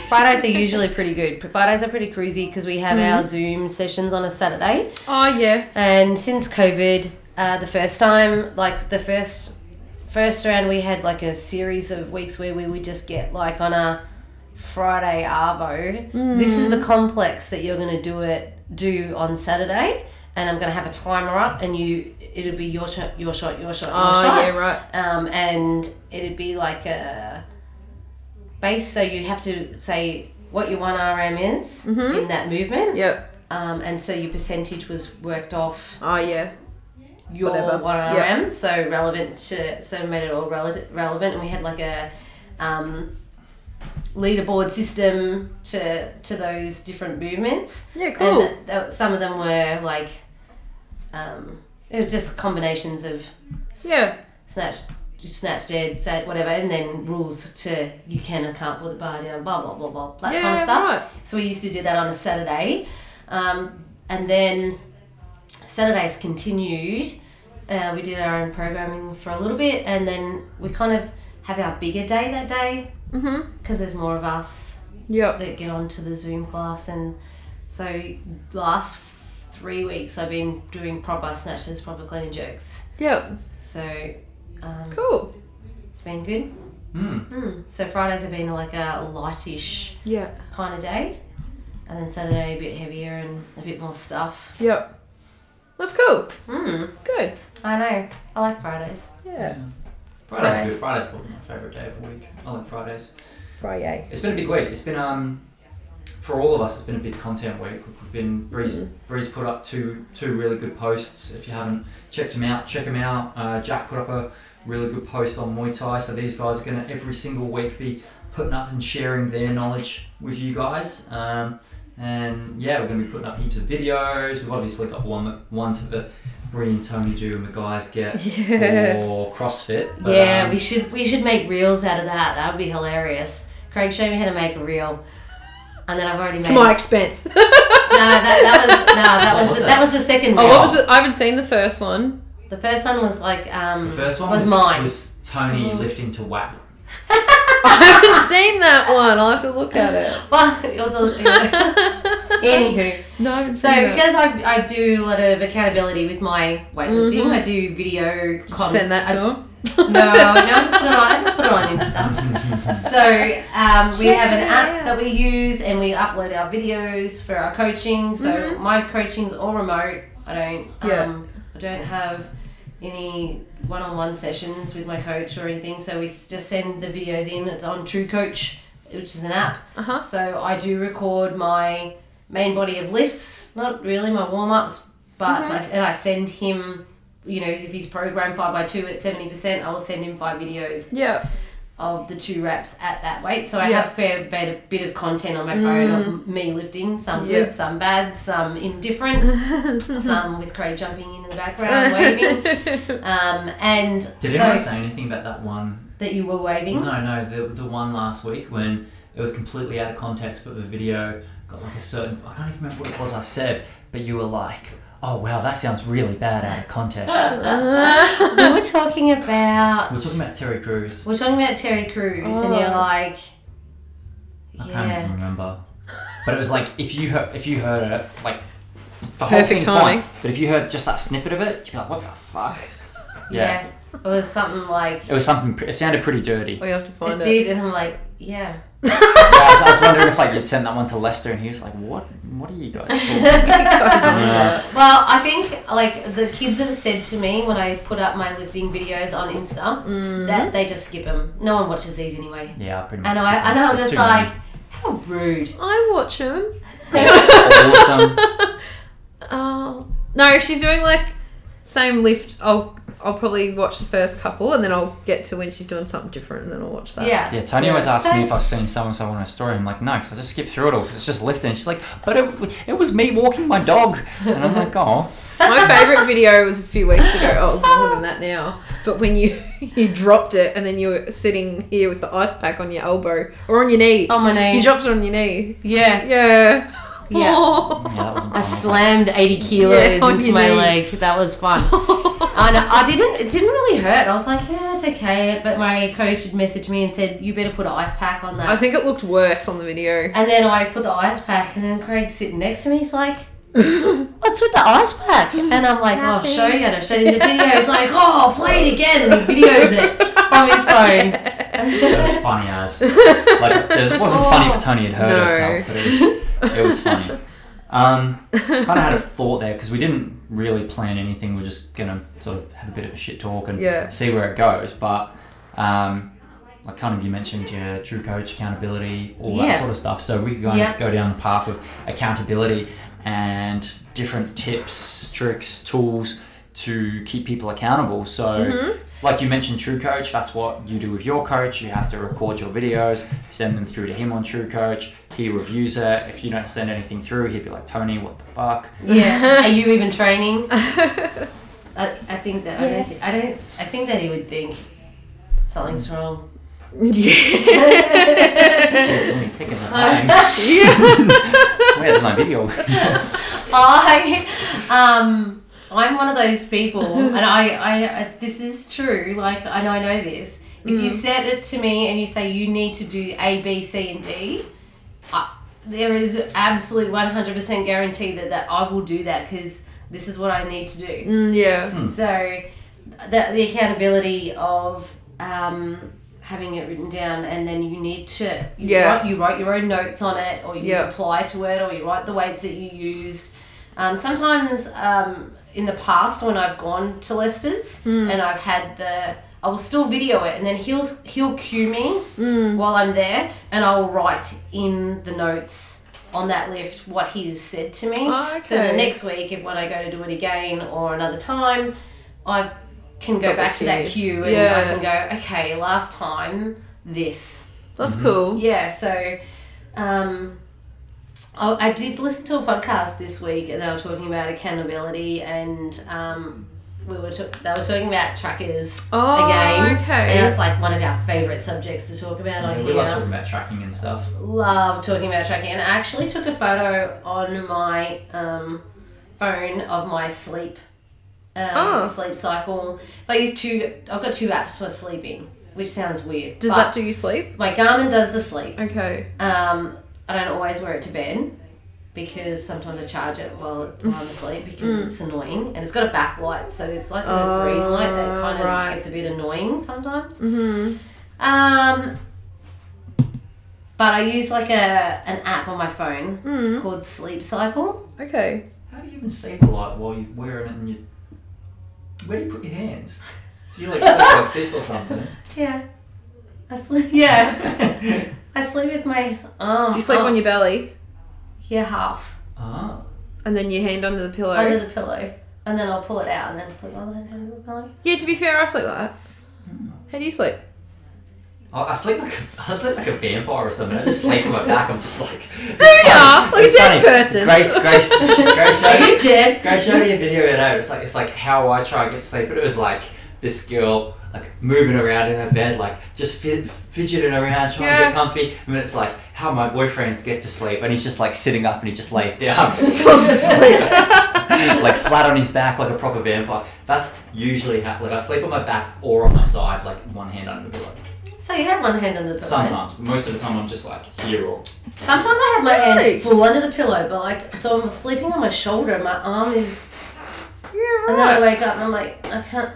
S3: Fridays are usually pretty good. Fridays are pretty cruisy because we have
S1: Mm-hmm.
S3: our Zoom sessions on a Saturday.
S1: Oh yeah.
S3: And since COVID, uh, the first time, like the first first round, we had like a series of weeks where we would just get like on a Friday arvo. This is
S1: Mm-hmm.
S3: the complex that you're gonna do it do on Saturday, and I'm gonna have a timer up, and you it'll be your shot, your shot, your shot, your
S1: Oh
S3: shot
S1: yeah, right.
S3: um, and it'd be like a base. So you have to say what your one RM is
S1: Mm-hmm.
S3: in that movement,
S1: Yep.
S3: um, and so your percentage was worked off
S1: Oh yeah.
S3: your
S1: Whatever.
S3: one RM.
S1: Yeah.
S3: So relevant to so made it all relevant. Relevant, and we had like a. Um, leaderboard system to to those different movements
S1: Yeah, cool.
S3: and th- th- some of them were like um it was just combinations of
S1: yeah.
S3: snatch snatch dead say whatever and then rules to you can and can't put the bar down blah blah blah blah that
S1: yeah.
S3: kind of stuff
S1: Right.
S3: so we used to do that on a saturday um, and then saturdays continued uh, we did our own programming for a little bit and then we kind of have our bigger day that day
S1: Mhm.
S3: because there's more of us
S1: Yep.
S3: that get onto the zoom class and so last three weeks i've been doing proper snatches proper clean and jerks
S1: Yep.
S3: so um,
S1: Cool.
S3: it's been good
S2: Mm.
S3: Mm. So Fridays have been like a lightish
S1: Yeah.
S3: kind of day, and then Saturday a bit heavier and a bit more stuff.
S1: Yep. That's cool. Hmm.
S3: Mm.
S1: Good.
S3: I know. I like Fridays.
S1: Yeah.
S2: Fridays
S3: Sorry.
S2: are good. Fridays are probably my favourite day of the week. I like Fridays.
S1: Friday.
S2: It's been a big week. It's been um for all of us. It's been a big content week. We've been Bree's, Bree's put up two two really good posts. If you haven't checked them out, check them out. Uh, Jack put up a really good post on Muay Thai. So these guys are going to every single week be putting up and sharing their knowledge with you guys. Um, and yeah, we're going to be putting up heaps of videos. We've obviously got one that- ones that Bree and Tony do and the guys get
S1: Yeah.
S2: for CrossFit. But,
S3: yeah,
S2: um,
S3: we should we should make reels out of that. That would be hilarious. Craig, show me how to make a reel. And then I've already made.
S1: To my expense. oh,
S3: no, that, that was no, that
S2: What
S3: was,
S2: was
S3: the,
S2: it?
S3: that was the second reel.
S1: what was it? I haven't seen the first one.
S3: The first one was like um.
S2: The first one
S3: was,
S2: was,
S3: mine. Mm.
S2: was Tony lifting to WAP.
S1: I haven't seen that one. I'll have to look at it.
S3: well, it was a. Anywho,
S1: no, I haven't
S3: So
S1: seen it.
S3: because I, I do a lot of accountability with my weightlifting,
S1: Mhm.
S3: I do video.
S1: Did you send that to
S3: I,
S1: him.
S3: No, no, I just put it on. I just put it on Insta. So um, we
S1: Check
S3: have an
S1: it
S3: app
S1: out.
S3: that we use, and we upload our videos for our coaching. So
S1: Mhm.
S3: my coaching's all remote. I don't. Um,
S1: Yeah.
S3: I don't have any one-on-one sessions with my coach or anything. So we s- just send the videos in. It's on True Coach, which is an app.
S1: Uh huh.
S3: So I do record my main body of lifts, not really my warm ups, but
S1: Mm-hmm.
S3: I, and I send him, you know, if he's programmed five by two at seventy percent, I will send him five videos
S1: Yeah.
S3: of the two reps at that weight. So I
S1: Yeah. Mm.
S3: have a fair bit of, bit of content on my phone of me lifting, some
S1: Yeah.
S3: good, some bad, some indifferent, some with Craig jumping in in the background waving. Um, and
S2: Did anyone
S3: so Mm.
S2: say anything about that one?
S3: that you were waving.
S2: No, no, the, the one last week when it was completely out of context, but the video got like a certain. I can't even remember what it was I said, but you were like, oh wow, that sounds really bad out of context.
S3: we were talking about
S2: we're talking about Terry Crews.
S3: We're talking about Terry Crews, and
S1: Oh.
S3: you're like,
S2: I can't
S3: yeah,
S2: even remember. But it was like, if you heard, if you heard it, like, the whole
S1: Perfect
S2: thing
S1: timing.
S2: fine, but if you heard just that snippet of it, you'd be like, what the fuck?
S3: yeah. It was something like
S2: It was something, pre- it sounded pretty dirty.
S1: We have to
S3: it
S1: find it.
S3: did, and I'm like, yeah.
S2: I was, I was wondering if like you'd send that one to Lester, and he was like, "What? What are you guys?" Talking?
S1: Yeah.
S3: Well, I think like the kids have said to me when I put up my lifting videos on Insta that they just skip them. No one watches these anyway,
S2: yeah, pretty much.
S3: and I and I'm
S2: It's
S3: just
S2: too
S3: like,
S2: many.
S3: how rude.
S1: I watch him.
S2: all of them.
S1: Oh no! If she's doing like same lift, I'll I'll probably watch the first couple, and then I'll get to when she's doing something different, and then I'll watch that.
S3: Yeah.
S2: Yeah, Tony
S3: Yeah.
S2: always asks me if I've
S3: That's-
S2: seen someone someone on a story. I'm like, no, because I just skip through it all because it's just lifting. She's like, but it, w- it was me walking my dog, and I'm like, oh,
S1: My favorite video was a few weeks ago. Oh, it's longer than that now. But when you you dropped it, and then you were sitting here with the ice pack on your elbow or on your knee.
S3: On Oh, my knee.
S1: You dropped it on your knee.
S3: yeah.
S1: Yeah.
S3: Yeah.
S2: yeah, that was.
S3: I slammed 80 kilos
S1: Yeah, on
S3: into
S1: your
S3: my
S1: knee.
S3: leg. That was fun. and I didn't, it didn't really hurt. I was like, yeah, it's okay. But my coach had messaged me and said, you better put an ice pack on that.
S1: I think it looked worse on the video.
S3: and then I put the ice pack, and then Craig's sitting next to me. He's like, what's with the ice pack? And I'm like, oh, I'll show you. And I showed him the video. He's like, oh, play it again. And he videos it from his
S2: It
S3: phone.
S2: was funny as like it wasn't funny that Tony had hurt
S1: Oh, No.
S2: herself, but it was it was funny. Um, kind of had a thought there because we didn't really plan anything. We're just gonna sort of have a bit of a shit talk and
S1: Yeah.
S2: see where it goes. But um, like kind of you mentioned your true coach accountability, all
S3: Yeah.
S2: that sort of stuff. So we could kind
S3: Yeah.
S2: of go down the path of accountability and different tips, tricks, tools to keep people accountable. So like you mentioned true coach that's what you do with your coach you have to record your videos send them through to him on true coach he reviews it if you don't send anything through he'd be like tony what the fuck
S3: yeah. Are you even training? I, I think that
S1: Yes.
S3: I, don't, I don't. I think that he would think something's wrong.
S1: Mm,
S2: Dude, he's taking the time where's my video
S3: I um I'm one of those people, and I, I I- this is true. Like and I know this. If you said it to me and you say you need to do A, B, C, and D, I, there is absolute one hundred percent guarantee that that I will do that because this is what I need to do.
S1: Mm, yeah.
S3: So, the, the accountability of um, having it written down, and then you need to you
S1: Yeah.
S3: write, you write your own notes on it, or you
S1: Yeah.
S3: apply to it, or you write the weights that you used. Um, sometimes um, in the past, when I've gone to Lester's
S1: Hmm.
S3: and I've had the I will still video it, and then he'll he'll cue me
S1: Hmm.
S3: while I'm there, and I'll write in the notes on that lift what he's said to me.
S1: Oh,
S3: So the
S1: okay.
S3: next week, if when I go to do it again or another time, I can go
S1: Double
S3: back to that
S1: cheese.
S3: queue and
S1: Yeah.
S3: I can go, okay, last time this.
S1: That's cool.
S3: Yeah, so um, I, I did listen to a podcast this week and they were talking about accountability and um, we were ta- they were talking about trackers
S1: Oh,
S3: again.
S1: okay.
S3: And that's like one of our favourite subjects to talk about on
S2: we
S3: here
S2: love talking about tracking and stuff
S3: love talking about tracking and I actually took a photo on my um, phone of my sleep um,
S1: Oh.
S3: sleep cycle so I use two I've got two apps for sleeping which sounds weird
S1: Does
S3: but
S1: that do you sleep?
S3: my Garmin does the sleep
S1: Okay.
S3: um, I don't always wear it to bed because sometimes I charge it while, while I'm asleep because it's annoying and it's got a backlight so it's like a green light that kind of
S1: Mm. Oh, right.
S3: gets a bit annoying sometimes
S1: Mm-hmm.
S3: um, but I use like a an app on my phone
S1: Mm.
S3: called Sleep Cycle.
S1: Okay.
S2: how do you even save the light while you're wearing it and you where do you put your hands do you like sleep like this or something
S3: Yeah. I sleep. Yeah, I sleep with my arm.
S1: Do you sleep
S3: up-
S1: on your belly
S3: yeah half
S2: ah
S1: and then your hand under the pillow?
S3: under the pillow, and then I'll pull it out and then put the other hand under the pillow.
S1: yeah. To be fair, I sleep like that. How do you sleep?
S2: Oh, I I sleep like a, I sleep like a vampire or something. I just sleep on my back. I'm just like
S1: There you are, like
S2: It's
S1: a dead
S2: funny.
S1: person.
S2: Grace, Grace, Grace,
S3: Are
S2: showed me,
S3: you dead?
S2: Grace showed me a video today. It's like it's like how I try to get sleep, but it was like this girl like moving around in her bed, like just fid- fidgeting around trying to
S1: Yeah.
S2: get comfy, and then it's like how my boyfriends get to sleep, and he's just like sitting up and he just lays down,
S1: Falls asleep.
S2: like flat on his back like a proper vampire. That's usually how like I sleep on my back or on my side, like one hand under the pillow.
S3: So you have one hand under the pillow.
S2: Sometimes, most of the time, I'm just like here or
S3: Sometimes I have my
S1: Really?
S3: hand full under the pillow, but like so I'm sleeping on my shoulder. My arm is,
S1: yeah. Right.
S3: and then I wake up and I'm like, I can't.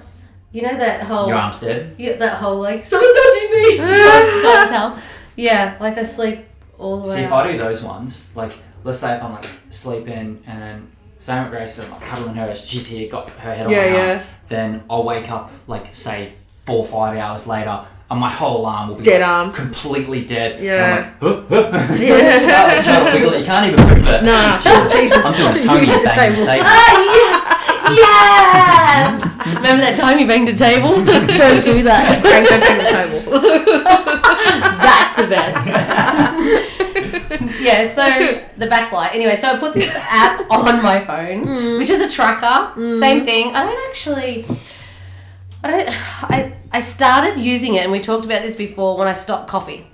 S3: You know that whole
S2: your arm's dead.
S3: Yeah, that whole like someone's touching me. can't, can't tell. Yeah, like I sleep all the way.
S2: See, if
S3: up.
S2: I do those ones, like, let's say if I'm like sleeping and same with Grace, I'm like cuddling her, she's here, got her head on
S1: Yeah,
S2: my arm,
S1: yeah.
S2: then I'll wake up, like, say, four or five hours later, and my whole arm will be
S1: Dead
S2: like,
S1: arm.
S2: completely dead.
S1: Yeah.
S2: And I'm like, huh, huh.
S1: Yeah.
S2: Start to try to wiggle it, you can't even move it.
S1: No,
S2: Jesus,
S1: Jesus.
S2: I'm doing a Tony
S1: Yeah,
S2: bang on the
S1: stable.
S2: table.
S3: Ah yes, yes! Remember that time you banged a table? Don't do that.
S1: Bang, bang, bang the table.
S3: That's the best. yeah, so the backlight. Anyway, so I put this app on my phone, which is a tracker. Same thing. I don't actually. I don't. I, I started using it, and we talked about this before when I stopped coffee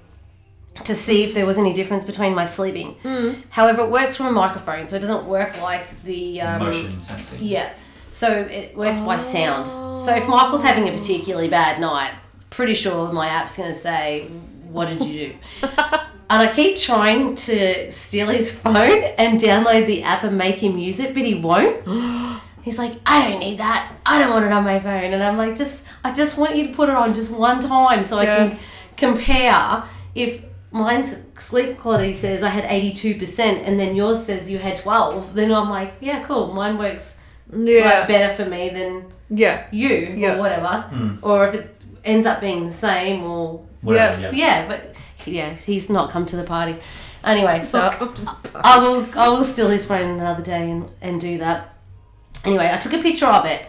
S3: to see if there was any difference between my sleeping. However, it works from a microphone, so it doesn't work like the. Um,
S2: Motion sensing.
S3: yeah. So it works by sound. So if Michael's having a particularly bad night, pretty sure my app's going to say, What did you do? and I keep trying to steal his phone and download the app and make him use it, but he won't. He's like, I don't need that. I don't want it on my phone. And I'm like, just I just want you to put it on just one time so
S1: Yeah.
S3: I can compare if mine's sleep quality says I had 82% and then yours says you had 12, then I'm like, yeah, cool. Mine works like
S1: Yeah.
S3: better for me than
S1: Yeah.
S3: you
S1: Yeah.
S3: or whatever,
S2: Hmm.
S3: or if it ends up being the same or
S2: Whatever,
S3: yeah.
S2: yeah.
S3: but yeah, he's not come to the party. Anyway, so
S1: Not comfortable.
S3: I will I will steal his phone another day and, and do that. Anyway, I took a picture of it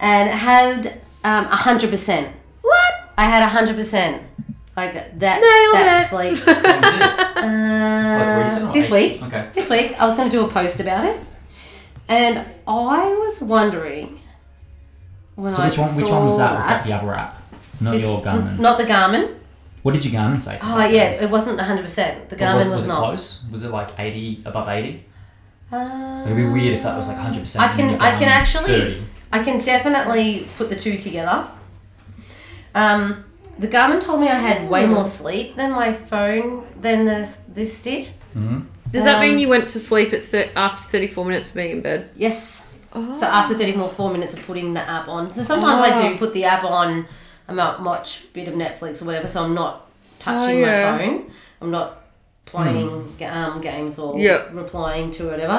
S3: and it had um hundred percent.
S1: What?
S3: I had hundred percent. Like that
S1: Nailed
S3: that
S1: it.
S3: sleep.
S2: What was this?
S3: Uh,
S2: Like recent or
S3: this
S2: ancient?
S3: week
S2: Okay.
S3: this week I was going to do a post about it, and I was wondering when
S2: So
S3: I
S2: which one?
S3: saw
S2: Which one was that? Was that the
S3: that-
S2: other app? Not
S3: It's
S2: your
S3: n-
S2: Garmin.
S3: Not the Garmin.
S2: What did your Garmin say?
S3: Oh yeah, it wasn't 100. percent The
S2: Or
S3: Garmin was,
S2: was, it
S3: not.
S2: close? Was it like eighty above eighty?
S3: Uh,
S2: It'd be weird if that was like hundred percent.
S3: I can I can actually I can definitely put the two together. Um, the Garmin told me I had way more sleep than my phone than this this did.
S2: hmm
S1: Does that mean
S3: Um,
S1: you went to sleep at thir- after 34 minutes of being in bed?
S3: Yes.
S1: Oh.
S3: So after 30 more four minutes of putting the app on. So sometimes I do put the app on. I'm out watch a bit of Netflix or whatever. So I'm not touching
S1: Oh, yeah. Hmm.
S3: my phone. I'm not playing ga- um, games or
S1: Yeah.
S3: replying to whatever.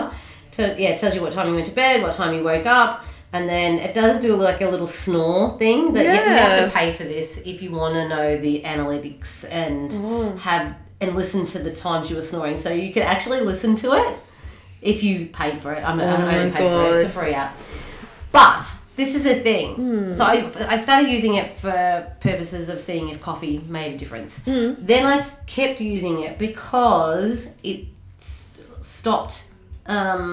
S3: To, yeah, it tells you what time you went to bed, what time you woke up, and then it does do like a little snore thing that you- you have
S1: Yeah.
S3: to pay for this if you want to know the analytics and
S1: Oh.
S3: have and listen to the times you were snoring. So you could actually listen to it if you paid for it. I'm, I
S1: Oh
S3: don't
S1: my
S3: pay for it. It's a free app. But this is the thing.
S1: Hmm.
S3: So I, I started using it for purposes of seeing if coffee made a difference.
S1: Hmm.
S3: Then I s- kept using it because it st- stopped um,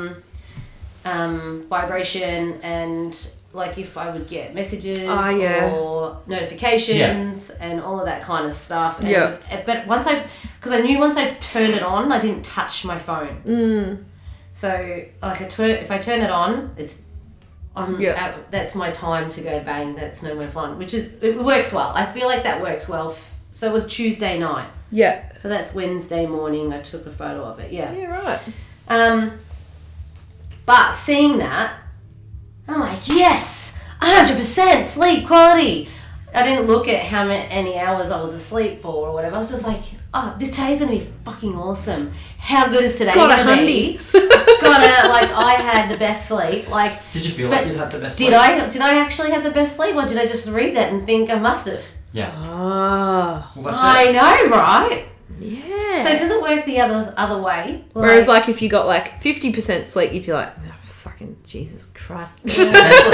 S3: um, vibration and like if I would get messages
S1: Ah, yeah.
S3: or notifications and all of that kind of stuff. And-
S1: Yeah.
S3: But once I, because I knew once I turned it on, I didn't touch my phone.
S1: Mm.
S3: So like I turn if I turn it on, it's I'm
S1: Yeah.
S3: uh, that's my time to go bang. That's no more fun, which is it works well. I feel like that works well. F- So it was Tuesday night.
S1: Yeah.
S3: So that's Wednesday morning. I took a photo of it. Yeah.
S1: Yeah, right.
S3: Um. But seeing that, I'm like yes, 100 percent sleep quality. I didn't look at how ma- any hours I was asleep for or whatever. I was just like, oh, this day's gonna be fucking awesome. How good is today
S1: Got a
S3: gonna be?
S1: hundy.
S3: got it. Like I had the best sleep. Like
S2: Did you feel
S3: But
S2: like you had the best?
S3: did
S2: sleep?
S3: I? Did I actually have the best sleep, or did I just read that and think I must have?
S2: Yeah.
S1: Ah.
S2: Well, that's
S3: I
S2: it.
S3: know, right?
S1: Yeah.
S3: So it doesn't work the other other way. Like,
S1: Whereas, like, if you got like 50% sleep, you'd be like, "Oh, fucking Jesus Christ.
S2: Essentially,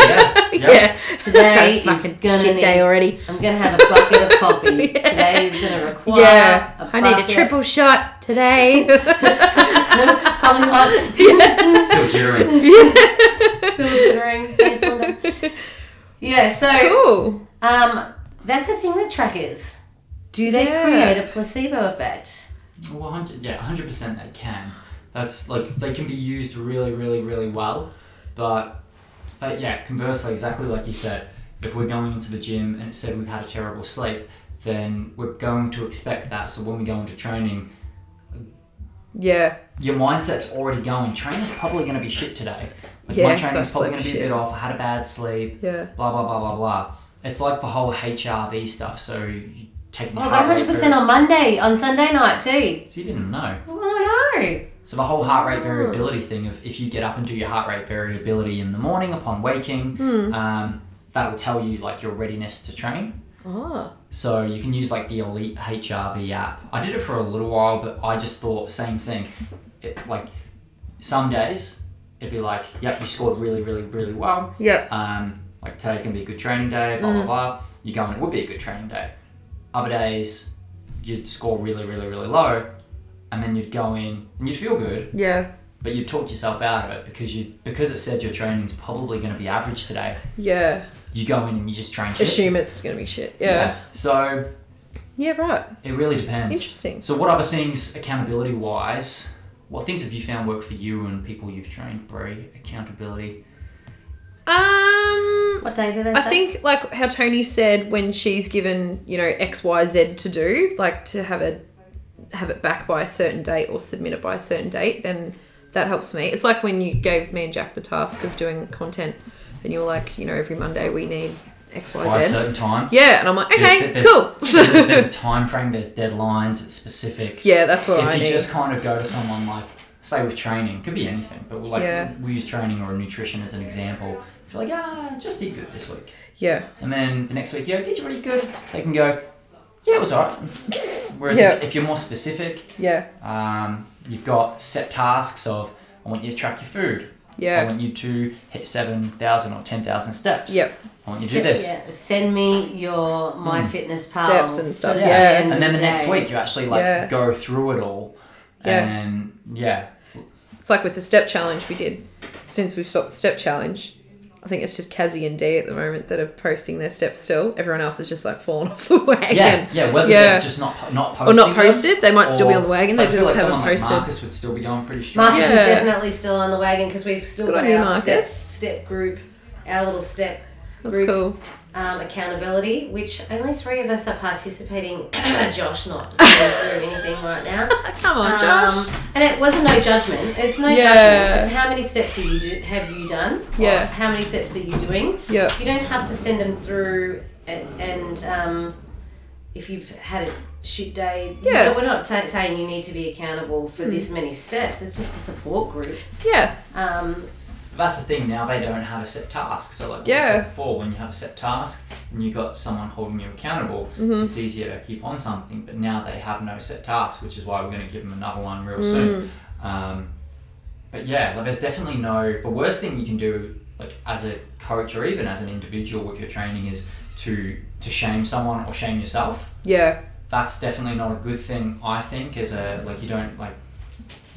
S2: yeah. Yeah.
S1: yeah.
S3: Today is
S1: fucking
S3: gonna
S1: shit
S3: need-
S1: day already.
S3: I'm gonna have a bucket of coffee
S1: Yeah.
S3: today. Is gonna require.
S1: Yeah.
S3: a
S1: I need a
S3: bucket.
S1: triple shot today.
S3: Probably not.
S2: Still cheering.
S3: Still jittering. Thanks, Linda. Yeah. So
S1: cool.
S3: um, that's the thing with trackers. Do they
S1: Yeah.
S3: create a placebo effect?
S2: Well, 100, yeah, hundred percent they can. That's like they can be used really, really, really well, but but yeah, conversely, exactly like you said, if we're going into the gym and it said we've had a terrible sleep, then we're going to expect that. So when we go into training,
S1: Yeah.
S2: your mindset's already going. Training's probably going to be shit today. Like
S1: Yeah,
S2: my
S1: 'cause I
S2: training's probably
S1: slept
S2: going to be a
S1: shit.
S2: bit off. I had a bad sleep.
S1: Yeah.
S2: Blah blah blah blah blah. It's like the whole HRV stuff. So you taking
S3: Oh,
S2: your
S3: I
S2: heart
S3: got
S2: rate
S3: 100% on Monday, on Sunday night too.
S2: vari- So you didn't know.
S3: Oh no.
S2: So the whole heart rate variability thing of if you get up and do your heart rate variability in the morning upon waking,
S1: Hmm.
S2: um, that will tell you like your readiness to train.
S1: Ah.
S2: So you can use like the Elite HRV app. I did it for a little while, but I just thought same thing. It, like some days it'd be like, yep, you scored really, really, really well.
S1: Yep.
S2: Um, like today's gonna be a good training day, blah
S1: Mm.
S2: blah blah. You go and it would be a good training day. Other days, you'd score really, really, really low, and then you'd go in and you'd feel good,
S1: Yeah.
S2: but you'd talk yourself out of it because you because it said your training's probably gonna be average today.
S1: Yeah.
S2: You go in and you just train. shit.
S1: Assume it's gonna be shit. Yeah.
S2: So
S1: Yeah. right.
S2: it really depends.
S1: Interesting.
S2: So, what other things, accountability wise, what things have you found work for you and people you've trained, Brie? Accountability.
S1: Um.
S3: What day did I say?
S1: I think like how Tony said when she's given you know X Y Z to do like to have it have it back by a certain date or submit it by a certain date then that helps me. It's like when you gave me and Jack the task of doing content and you were like you know every Monday we need X
S2: By
S1: Y
S2: a
S1: Z.
S2: certain time.
S1: Yeah, and I'm like
S2: There's-
S1: okay,
S2: there's-
S1: cool.
S2: There's a, there's a time frame, there's deadlines, it's specific.
S1: yeah, that's what
S2: if
S1: I
S2: you
S1: need.
S2: just kind of go to someone like, say with training, could be anything, but we'll like
S1: Yeah.
S2: we use training or nutrition as an example. If you're like, ah, just eat good this week.
S1: Yeah,
S2: And then the next week, yeah, did you eat good? They can go, yeah, it was alright. Whereas
S1: Yeah.
S2: if, if you're more specific,
S1: yeah,
S2: Um, you've got set tasks of I want you to track your food. I
S1: yeah,
S2: want you to hit seven thousand or ten thousand steps.
S1: yep.
S2: I want you to do this.
S3: Yeah, send me your MyFitnessPal
S1: Mm. Steps and stuff,
S3: for the
S1: yeah.
S3: end
S2: And then the
S3: of
S2: next
S3: day.
S2: week you actually like
S1: Yeah.
S2: go through it all.
S1: Yeah.
S2: And yeah.
S1: It's like with the step challenge we did. Since we've stopped the step challenge, I think it's just Kazzy and Dee at the moment that are posting their steps still. Everyone else is just like falling off the wagon.
S2: Yeah, yeah, whether
S1: Yeah.
S2: they're just not not
S1: Or
S2: posting
S1: not
S2: them,
S1: posted. They might still be
S2: or-
S1: on the wagon. They
S2: I feel
S1: just
S2: like
S1: haven't
S2: someone like
S1: posted.
S2: Marcus would still be going pretty strong.
S3: Marcus
S1: Yeah.
S3: is definitely still on the wagon because we've still
S1: Good
S3: got
S1: on you,
S3: our step,
S1: Marcus.
S3: step group, our little step
S1: That's
S3: group
S1: cool.
S3: um, accountability, which only three of us are participating. Josh not seeing through anything right now.
S1: Ah, Come on, Josh.
S3: Um, and it was a no judgment. It's no
S1: Yeah.
S3: judgment. It's how many steps have you do, have you done? Or
S1: Yeah.
S3: How many steps are you doing?
S1: Yeah.
S3: You don't have to send them through, and, and um, if you've had a shit day, you
S1: Yeah. Hmm.
S3: know, we're not ta saying you need to be accountable for this many steps. It's just a support group.
S1: Yeah.
S3: Um,
S2: That's the thing now they don't have a set task. So like what
S1: Yeah.
S2: I said before, when you have a set task and you got someone holding you accountable, it's easier to keep on something. But now they have no set task, which is why we're going to give them another one real soon. Um, but yeah, like there's definitely no. The worst thing you can do, like as a coach or even as an individual with your training, is to to shame someone or shame yourself
S1: Yeah.
S2: that's definitely not a good thing. I think as a like you don't like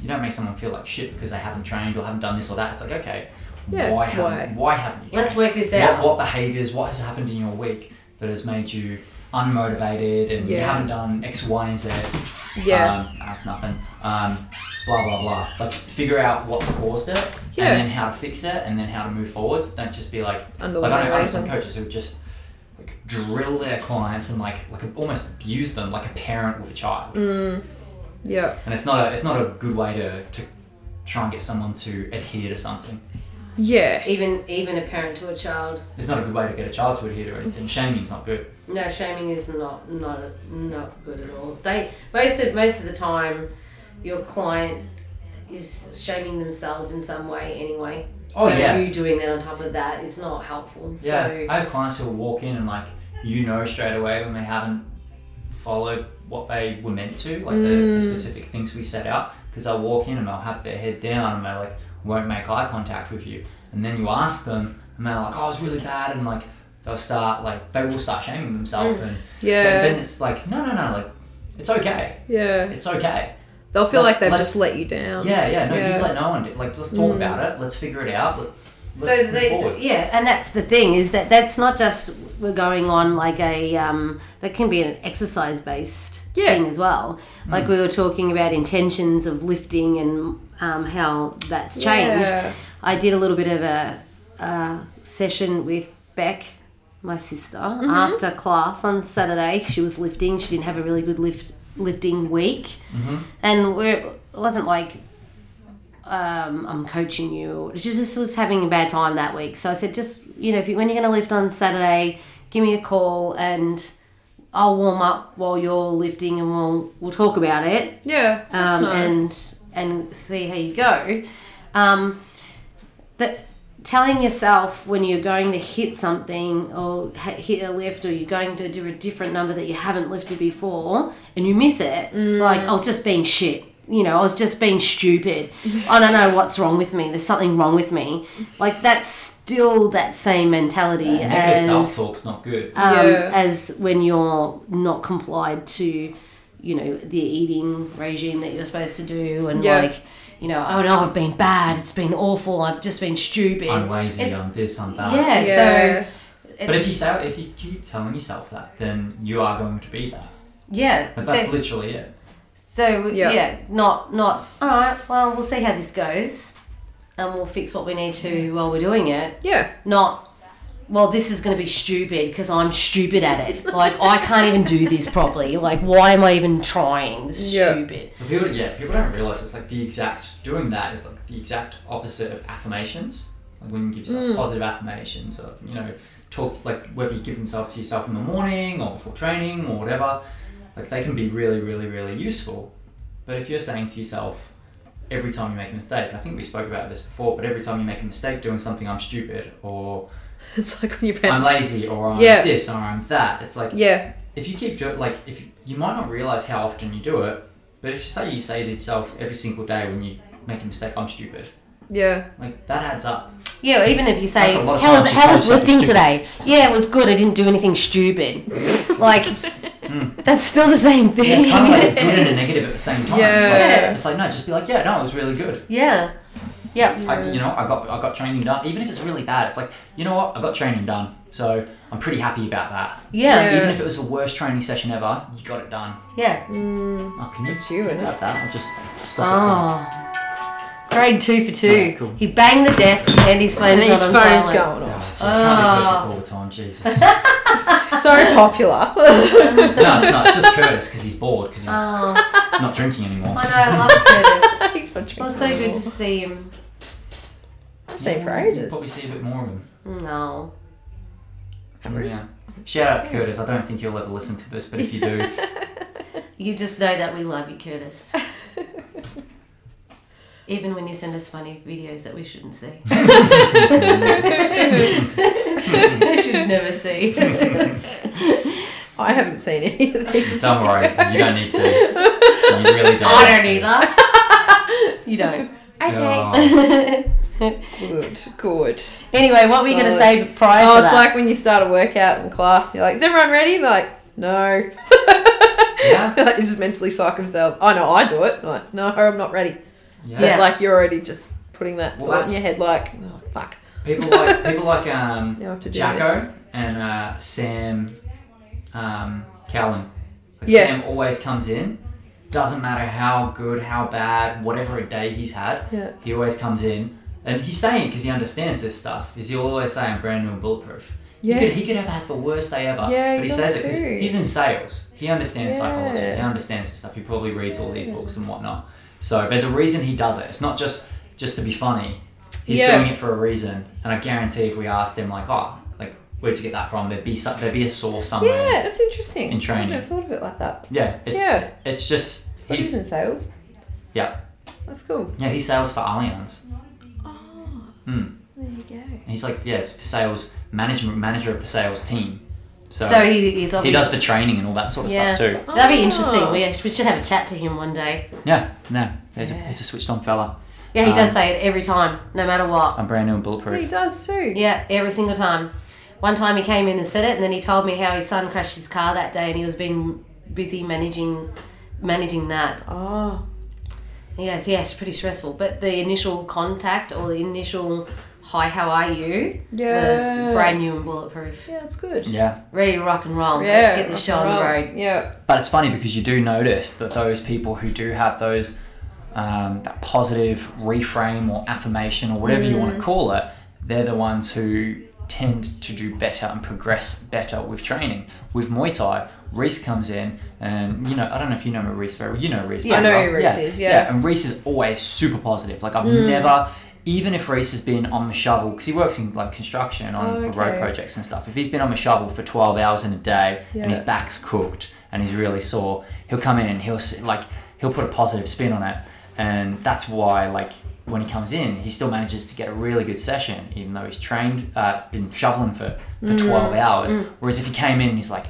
S2: you don't make someone feel like shit because they haven't trained or haven't done this or that. It's like okay,
S1: Yeah,
S2: why haven't why, haven't you?
S3: let's work
S2: trained?
S3: this
S2: What,
S3: out.
S2: what behaviors? What has happened in your week that has made you unmotivated and you
S1: Yeah.
S2: haven't done X, Y, and Z?
S1: Yeah.
S2: um, that's nothing. Um, blah blah blah. Like figure out what's caused it,
S1: Yeah.
S2: and then how to fix it, and then how to move forwards. Don't just be like Uh, like I
S1: Underlying
S2: know, I know some
S1: reason.
S2: coaches who just like drill their clients and like like almost abuse them like a parent with a child,
S1: Yeah.
S2: and it's not a it's not a good way to to try and get someone to adhere to something.
S1: Yeah.
S3: Even even a parent to a child.
S2: It's not a good way to get a child to adhere to anything. Shaming's not good.
S3: No, shaming is not not not good at all. They most of most of the time, your client is shaming themselves in some way anyway.
S2: Oh,
S3: so
S2: yeah.
S3: you doing that on top of that is not helpful.
S2: Yeah,
S3: So
S2: I have clients who will walk in and like you know straight away when they haven't followed what they were meant to, like the,
S3: Mm.
S2: the specific things we set out. Because they'll walk in and they'll have their head down and they like won't make eye contact with you. And then you ask them and they're like, "Oh, it's really bad," and like they'll start like they will start shaming
S3: Mm.
S2: themselves. And
S1: Yeah.
S2: then, then it's like, no, no, no, like it's okay,
S1: Yeah.
S2: it's okay.
S1: They'll feel
S2: Let's-
S1: like they've
S2: let's-
S1: just let you
S3: Oh.
S1: down.
S2: Yeah, yeah, no,
S1: Yeah.
S2: you've let no one do. Like, let's talk about it. Let's figure it out. Let,
S3: Mm. so
S2: let's move
S3: they
S2: forward.
S3: yeah, and that's the thing is that that's not just we're going on like a um, that can be an exercise based
S1: Yeah.
S3: thing as well. Like
S2: Mm.
S3: we were talking about intentions of lifting and um, how that's changed.
S1: Yeah.
S3: I did a little bit of a, a session with Beck, my sister, after class on Saturday. She was lifting. She didn't have a really good lift lifting week, and we're, it wasn't like um, I'm coaching you. She just was having a bad time that week. So I said, just you know, if you, when you're going to lift on Saturday, give me a call and. I'll warm up while you're lifting, and we'll we'll talk about it
S1: Yeah. That's
S3: um,
S1: nice.
S3: and and see how you go. Um, that telling yourself when you're going to hit something or ha- hit a lift or you're going
S1: Mm.
S3: to do a different number that you haven't lifted before and you miss it, like I was just being shit. you know, I was just being stupid. I don't know what's wrong with me. There's something wrong with me. Like that's still that same mentality
S2: Negative self
S3: as
S2: talk's not good.
S3: um,
S1: Yeah.
S3: as when you're not complied to, you know, the eating regime that you're supposed to do, and
S1: Yeah.
S3: like, you know, oh no, I've been bad. It's been awful. I've just been stupid.
S2: I'm lazy,
S3: it's-
S2: I'm this, I'm that.
S3: yeah,
S1: Yeah.
S3: So.
S2: But if you say, if you keep telling yourself that, then you are going to be that.
S3: yeah,
S2: But
S3: so-
S2: that's literally it.
S3: So
S1: Yeah.
S3: yeah. not not all right. Well, we'll see how this goes, and we'll fix what we need to while we're doing it.
S1: Yeah.
S3: Not well. This is going to be stupid because I'm stupid at it. Like I can't even do this properly. Like why am I even trying? This is
S1: Yeah.
S3: stupid.
S2: But people, yeah, people don't realize it's like the exact doing that is like the exact opposite of affirmations. Like when you give
S3: Mm.
S2: yourself positive affirmations, or you know, talk like whether you give yourself to yourself in the morning or before training or whatever, like they can be really, really, really useful. But if you're saying to yourself every time you make a mistake, I think we spoke about this before, but every time you make a mistake doing something, I'm stupid or
S1: It's like when your
S2: I'm
S1: parents.
S2: lazy or I'm
S1: Yeah.
S2: this or I'm that. It's like
S1: Yeah.
S2: if you keep doing like if you, you might not realize how often you do it but if you say you say to yourself every single day when you make a mistake i'm stupid
S1: Yeah.
S2: like that adds up
S3: Yeah, even if you say,
S2: That's a lot of
S3: "How was
S2: times you
S3: how
S2: call
S3: was
S2: yourself
S3: lifting
S2: stupid.
S3: today?" Yeah, it was good. I didn't do anything stupid. like that's still the same thing.
S2: yeah, it's kind of like a good and a negative at the same time it's, like,
S1: Yeah.
S2: it's like no just be like yeah no it was really good
S3: yeah, yeah.
S2: I, you know i got i got training done even if it's really bad it's like you know what i got training done so i'm pretty happy about that
S3: yeah,
S1: Yeah.
S2: even if it was the worst training session ever you got it done
S3: yeah.
S2: oh can you
S1: It's you, isn't it?
S2: about that i'll just
S1: Ah.
S2: stop
S3: Oh. Greg two for two.
S2: Yeah, cool.
S3: He banged the desk and his phone's,
S1: And his
S3: not on
S1: phone's
S3: silent.
S1: going
S2: it.
S1: off.
S2: Oh, I
S1: Ah.
S2: can't be perfect all the time jesus
S1: So popular.
S2: no, it's not. It's just Curtis because he's bored because he's
S1: Ah.
S3: Oh,
S2: not drinking anymore.
S3: I know, I love Curtis.
S1: Thanks for
S3: It was so good to see him.
S1: I've seen for
S2: Yeah,
S1: ages.
S2: You'll probably see a bit more of him.
S3: No.
S2: Yeah. Shout out to Curtis. I don't think you'll ever listen to this, but if you do,
S3: You just know that we love you, Curtis. Even when you send us funny videos that we shouldn't see. we should never see.
S1: I haven't seen any of these.
S2: don't worry. You don't need to. You really don't.
S3: I don't either.
S2: need
S3: you don't.
S2: Okay.
S1: Good. Good.
S3: anyway, what were you going to
S1: Solid.
S3: say prior
S1: Oh,
S3: to
S1: it's
S3: that?
S1: like when you start a workout in class, you're like, is everyone ready? And they're like, no.
S2: Yeah.
S1: like, you just mentally psych themselves. Oh, no, I do it. I'm like, no, I'm not ready.
S2: Yeah.
S1: But,
S3: Yeah.
S1: like, you're already just putting that
S2: Well,
S1: thought in
S2: that's-
S1: your head, like, oh, fuck.
S2: People like people like um,
S1: Now I have to do this.
S2: Jacko and uh, Sam um, Cowan. Like
S1: Yeah.
S2: Sam always comes in. Doesn't matter how good, how bad, whatever a day he's had.
S1: Yeah.
S2: He always comes in, and he's saying because he understands this stuff. Is he'll always say, "I'm brand new and bulletproof."
S1: Yeah.
S2: He could, he could have had the worst day ever.
S1: Yeah, he
S2: but he
S1: does
S2: says it 'cause
S1: too.
S2: he's in sales. He understands psychology. He
S1: Yeah.
S2: understands this stuff. He probably reads all these books and whatnot. So there's a reason he does it. It's not just just to be funny. He's
S1: Yeah.
S2: doing it for a reason. And I guarantee if we asked him, like, oh, like where'd you get that from? There'd be some, there'd be a source somewhere.
S1: Yeah, that's interesting.
S2: In training.
S1: I never thought of it like that.
S2: Yeah, It's
S1: Yeah.
S2: it's just
S1: He's in
S2: he's
S1: sales.
S2: yeah
S1: That's cool.
S2: yeah he sales for Allianz.
S1: Oh,
S2: Hmm.
S1: there you go.
S2: And he's like yeah sales management manager of the sales team. So,
S3: so he, he's
S2: he
S3: obviously.
S2: does for training and all that sort of
S3: Yeah.
S2: stuff too.
S3: That'd be
S1: Oh.
S3: interesting. We, we should have a chat to him one day.
S2: Yeah, no, he's,
S1: Yeah.
S2: A, he's a switched on fella.
S3: Yeah, he does
S2: Um,
S3: say it every time, no matter what.
S2: I'm brand new and
S1: He
S2: bulletproof.
S1: does too.
S3: Yeah, every single time. One time he came in and said it, and then he told me how his son crashed his car that day, and he was being busy managing managing that.
S1: Oh,
S3: He goes, yeah, it's pretty stressful. But the initial contact or the initial hi, how are you
S1: yeah.
S3: was brand new and bulletproof,
S1: Yeah, that's good.
S2: Yeah,
S3: ready to rock and roll.
S1: Yeah.
S3: Let's get this show on the
S1: rock and
S3: road.
S1: roll. Yeah.
S2: but it's funny because you do notice that those people who do have those um, that positive reframe or affirmation or whatever you want
S1: Mm.
S2: to call it, they're the ones who tend to do better and progress better with training. With Muay Thai, Reese comes in and you know I don't know if you know Reese very well. You know Reese.
S3: Yeah,
S2: very
S3: I
S1: know
S2: well.
S1: who Reece is, yeah. Mm.
S2: and Reese is always super positive. Like I've never. Even if Reese has been on the shovel, because he works in like construction on
S1: Oh,
S2: for
S1: okay.
S2: road projects and stuff, if he's been on the shovel for twelve hours in a day and his
S1: Yeah.
S2: back's cooked and he's really sore, he'll come in and he'll s- like he'll put a positive spin on it, and that's why like when he comes in, he still manages to get a really good session, even though he's trained, uh, been shoveling for for
S1: Mm.
S2: twelve hours. Whereas if he came in, and he's like,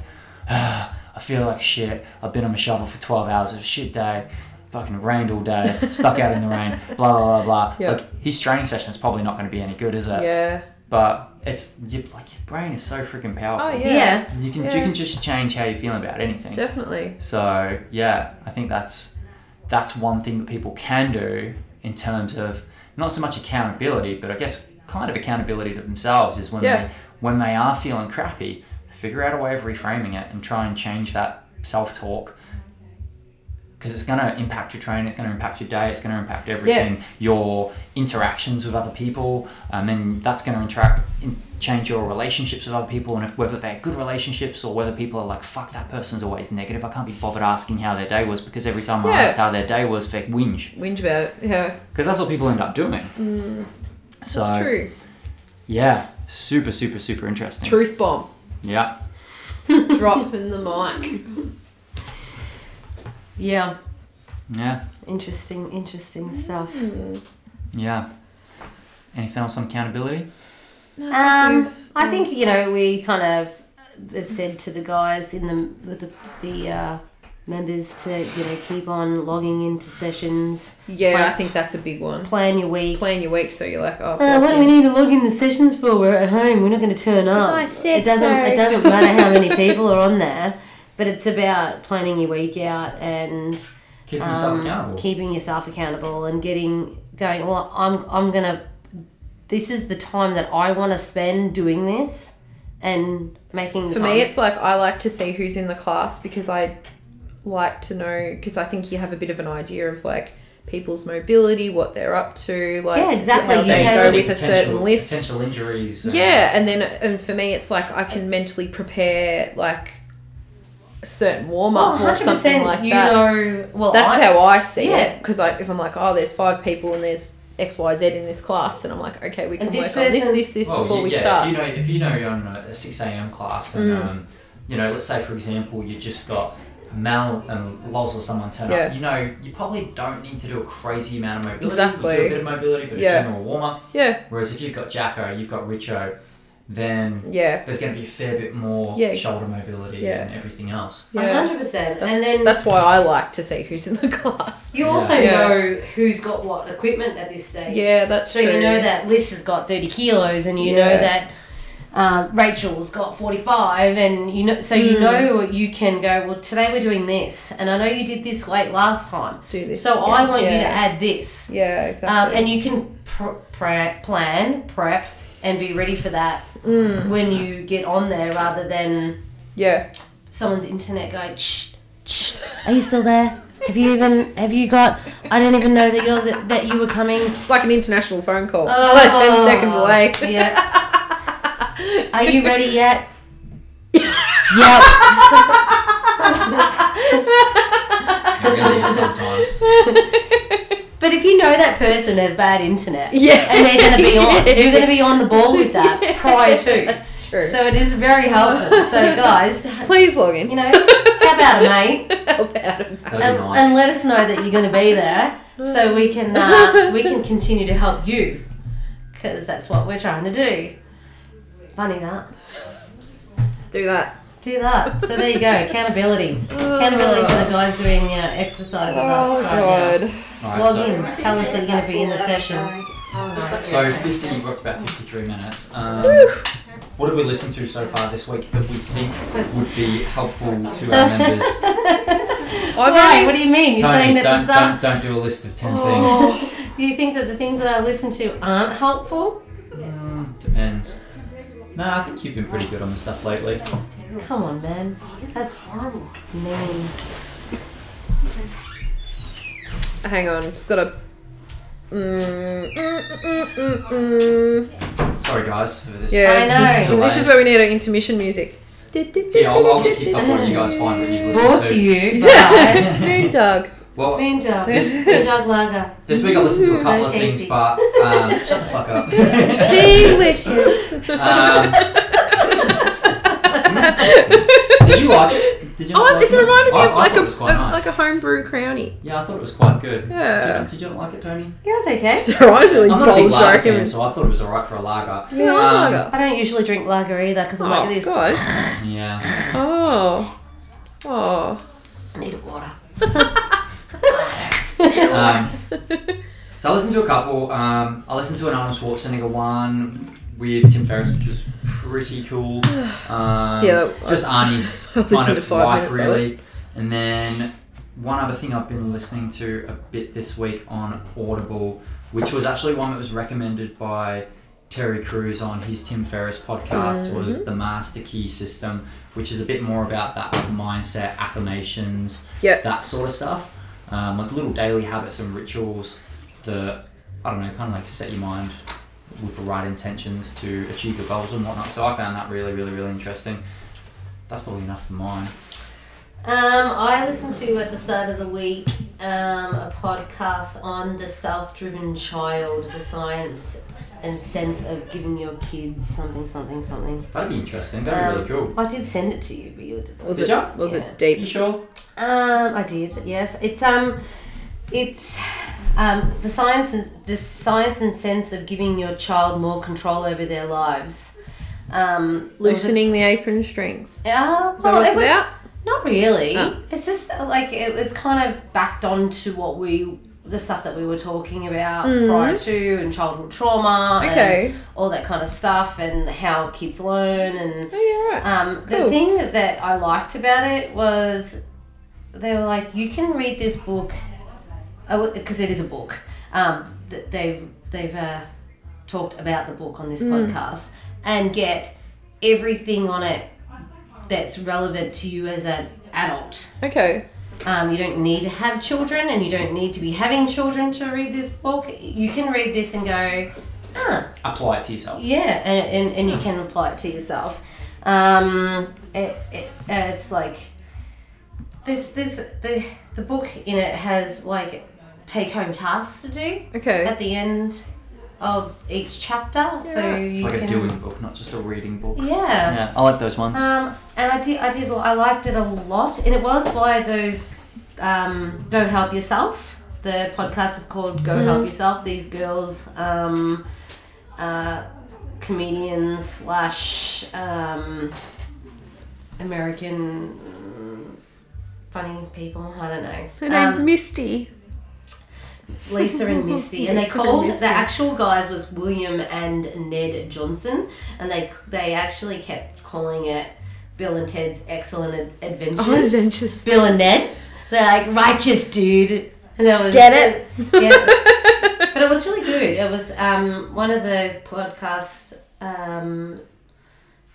S2: "Ah, I feel like shit. I've been on my shovel for twelve hours. It's a shit day. Fucking rained all day, stuck out in the rain, blah blah blah blah.
S1: Yeah.
S2: Like his training session is probably not going to be any good, is it?
S1: Yeah.
S2: But it's you, like your brain is so freaking powerful.
S1: Oh yeah.
S3: Yeah.
S2: You can
S1: Yeah.
S2: you can just change how you feel about anything.
S1: Definitely.
S2: So yeah, I think that's that's one thing that people can do in terms of not so much accountability, but I guess kind of accountability to themselves is when
S1: Yeah.
S2: they when they are feeling crappy, figure out a way of reframing it and try and change that self talk. Because it's going to impact your training, it's going to impact your day, it's going to impact everything, your interactions with other people, um, and then that's going to interact, in, change your relationships with other people, and if, whether they're good relationships or whether people are like, fuck, that person's always negative, I can't be bothered asking how their day was because every time I
S1: Yeah.
S2: asked how their day was, they whinge.
S1: Whinge about it. Yeah.
S2: Because that's what people end up doing. so,
S1: Mm. That's true.
S2: yeah, super, super, super interesting.
S1: Truth bomb.
S2: Yeah.
S1: Drop in the mic.
S3: Yeah.
S2: Yeah,
S3: Interesting, interesting stuff.
S2: yeah. Anything else on accountability?
S1: No,
S3: Um,
S1: we've-
S3: I think you know we kind of have said to the guys in the with the, the uh, members to you know keep on logging into sessions,
S1: Yeah, I think that's a big one.
S3: plan your week.
S1: Plan your week so you're like, oh.
S3: Uh, what
S1: fuck
S3: do we
S1: it.
S3: need to log in the sessions for? We're at home. We're not going to turn up.
S1: I said
S3: it doesn't.
S1: so.
S3: It doesn't matter how many people are on there, but it's about planning your week out and
S2: Keeping
S3: um, keeping yourself accountable and getting going. Well, I'm I'm gonna. This is the time that I want to spend doing this, and making. The
S1: For
S3: time.
S1: me, it's like I like to see who's in the class because I like to know because I think you have a bit of an idea of like people's mobility, what they're up to, like
S3: Yeah, exactly.
S1: how
S3: You
S1: they
S3: take-
S1: go
S3: Any
S1: with a certain lift.
S2: Potential injuries. uh,
S1: Yeah, and then and for me, it's like I can mentally prepare like a certain warm
S3: well,
S1: up or
S3: 100
S1: something like
S3: Oh, you
S1: that.
S3: know. Well,
S1: That's
S3: I,
S1: how I see
S3: Yeah.
S1: it because I, if I'm like, oh, there's five people and there's X, Y, Z in this class, then I'm like, okay, we can
S3: And
S1: work
S3: this
S1: on this,
S3: person-
S1: this, this
S2: Well,
S1: before
S2: y-
S1: we
S2: Oh, yeah,
S1: start.
S2: If you know, if you know you're on a a six a.m. class, and
S1: Mm.
S2: um, you know, let's say for example, you just got Mal and Loz or someone turn
S1: Yeah.
S2: up. You know, you probably don't need to do a crazy amount of mobility.
S1: Exactly.
S2: You do a bit of mobility, but
S1: Yeah.
S2: a general warm up.
S1: yeah,
S2: Whereas if you've got Jacko, you've got Richo, then
S1: yeah,
S2: there's going to be a fair bit more
S1: Yeah.
S2: shoulder mobility
S1: Yeah.
S2: and everything else.
S1: yeah.
S3: 100%. And
S1: That's,
S3: then
S1: that's why I like to see who's in the class.
S3: you also
S1: Yeah.
S3: know who's got what equipment at this stage.
S1: Yeah, that's
S3: So
S1: true.
S3: you know that Liz has got thirty kilos, and you
S1: Yeah.
S3: know that um, Rachel's got forty-five, and you know, so you
S1: Mm.
S3: know you can go. Well, today we're doing this, and I know you did this weight last time,
S1: Do this.
S3: so I want you to
S1: Yeah.
S3: add this,
S1: Yeah,
S3: um,
S1: exactly.
S3: and you can pr- pre- plan, prep, and be ready for that
S1: Mm.
S3: when you get on there, rather than
S1: yeah,
S3: someone's internet going. Shh, shh, are you still there? Have you even? Have you got? I don't even know that you're the, that you were coming.
S1: it's like an international phone call. it's like
S3: Oh,
S1: 10 second delay.
S3: Yeah. Are you ready yet? yep.
S2: It really is sometimes.
S3: But if you know that person has bad internet,
S1: Yeah.
S3: and they're going to be on, you're going to be on the ball with that prior to.
S1: That's true.
S3: So it is very helpful. So guys,
S1: Please log in.
S3: you know, how about it, mate?
S1: Help out a mate.
S2: That'd be
S3: And,
S2: nice.
S3: and let us know that you're going to be there, so we can uh, we can continue to help you, because that's what we're trying to do. Funny that.
S1: Do that.
S3: Do that. So there you go. Accountability. Accountability for the guys doing uh, exercise with
S1: Oh,
S3: us. right
S1: God.
S2: All
S3: now.
S2: right,
S3: Log
S2: so-
S3: in. Tell us that you're going to be in the session.
S2: So fifty, you got about fifty-three minutes. Um, what have we listened to so far this week that we think would be helpful to our members?
S1: I've
S3: Why?
S1: only-
S3: What do you mean? You're
S2: Tony,
S3: saying that
S2: don't,
S3: the stuff.
S2: don't, don't do a list of ten
S3: Oh, you think that the things that I listen to aren't helpful?
S2: things. Mm, depends. Nah, I think you've been pretty good on the stuff lately.
S3: Come on, man. That's mean.
S1: Hang on, just gotta. Mm, mm, mm, mm, mm.
S2: Sorry, guys, for this.
S1: Yeah,
S3: I know.
S2: delay.
S1: This is where we need our intermission music.
S2: Yeah, I'll, I'll get kicked off when you guys find what you've
S3: Brought
S2: listened
S3: to
S2: to.
S3: you by
S1: Yeah, Moon Dog.
S2: Well,
S3: Moon Dog.
S2: This-
S3: Moon
S2: this-
S3: Dog Lager.
S2: this week I listened to a couple of
S3: So
S2: things,
S3: tasty.
S2: but um, shut the fuck
S3: Um,
S2: up.
S1: Delicious.
S2: um, did you like it? Did you
S1: Oh,
S2: not like
S1: it reminded me
S2: I-
S1: of like
S2: I thought
S1: a,
S2: it was quite
S1: a-
S2: nice.
S1: like a homebrew crownie.
S2: Yeah, I thought it was quite good.
S1: Yeah.
S2: Did you, did you not like it, Tony?
S3: Yeah, it's okay.
S1: Their eyes really
S2: I'm not a big
S1: bulged. I
S2: lager
S1: reckon.
S2: fan, so I thought it was alright for a lager.
S1: Yeah,
S2: Um,
S1: lager.
S3: I don't usually drink lager either because I'm like
S1: Oh
S3: this.
S1: god.
S2: Yeah.
S1: Oh. Oh.
S3: I need water.
S2: Um, so I listened to a couple. Um, I listened to an Arnold Schwarzenegger one with Tim Ferriss, which was pretty cool. Um,
S1: Yeah, that-
S2: just Arnie's
S1: I
S2: kind
S1: listened to
S2: of
S1: five
S2: life,
S1: minutes of it.
S2: really. And then one other thing I've been listening to a bit this week on Audible, which was actually one that was recommended by Terry Crews on his Tim Ferriss podcast, was the Master Key System, which is a bit more about that like, mindset, affirmations,
S1: Yep.
S2: that sort of stuff, um, like little daily habits and rituals that I don't know, kind of like set your mind with the right intentions to achieve your goals and whatnot. So I found that really, really, really interesting. That's probably enough for mine.
S3: Um, I listened to at the start of the week um, a podcast on the self driven child, the science and sense of giving your kids something, something, something. Um,
S2: That'd be interesting. That'd be really cool.
S3: I did send it to you, but you were just like,
S1: Was
S2: Did
S1: it
S2: ya?
S1: was
S3: Yeah.
S1: it
S2: You
S1: deep?
S2: sure?
S3: Um, I did. Yes, it's um, it's um, the science and the science and sense of giving your child more control over their lives. Um,
S1: Loosening the apron strings.
S3: Yeah,
S1: Is that
S3: well, it
S1: what it's
S3: was-
S1: about?
S3: Not really.
S1: Oh.
S3: It's just uh, like it was kind of backed on to what we, the stuff that we were talking about prior to, and childhood trauma,
S1: Okay.
S3: and all that kind of stuff, and how kids learn, and
S1: Oh yeah, right.
S3: um, the
S1: Cool.
S3: thing that, that I liked about it was they were like, you can read this book, because it is a book. Um, that they've they've uh, talked about the book on this podcast and get everything on it that's relevant to you as an adult.
S1: Okay.
S3: Um, you don't need to have children and you don't need to be having children to read this book. You can read this and go, ah,
S2: Apply it to yourself.
S3: yeah, and, and,
S1: Hmm.
S3: and you can apply it to yourself. Um, it, it, uh, it's like there's this the the book in it has like take home tasks to do
S1: Okay.
S3: at the end of each chapter, so
S1: Yeah.
S3: you
S2: It's like
S3: can
S2: a doing book, not just a reading book.
S3: yeah.
S2: Yeah, I like those ones.
S3: Um, and I did, I did, I liked it a lot, and it was by those um, Go Help Yourself. The podcast is called
S1: Mm-hmm.
S3: Go Help Yourself. These girls, um, uh, comedians slash um, American mm, funny people. I don't know.
S1: Her name's
S3: Um,
S1: Misty.
S3: Lisa and Misty, and they
S1: Lisa and
S3: called
S1: Misty.
S3: the actual guys was William and Ned Johnson, and they they actually kept calling it Bill and Ted's Excellent Ad- Adventures.
S1: Oh, adventures.
S3: Bill and Ned, they're like righteous dude, and that was Yeah,
S1: it?
S3: but it was really good. It was um, one of the podcast um,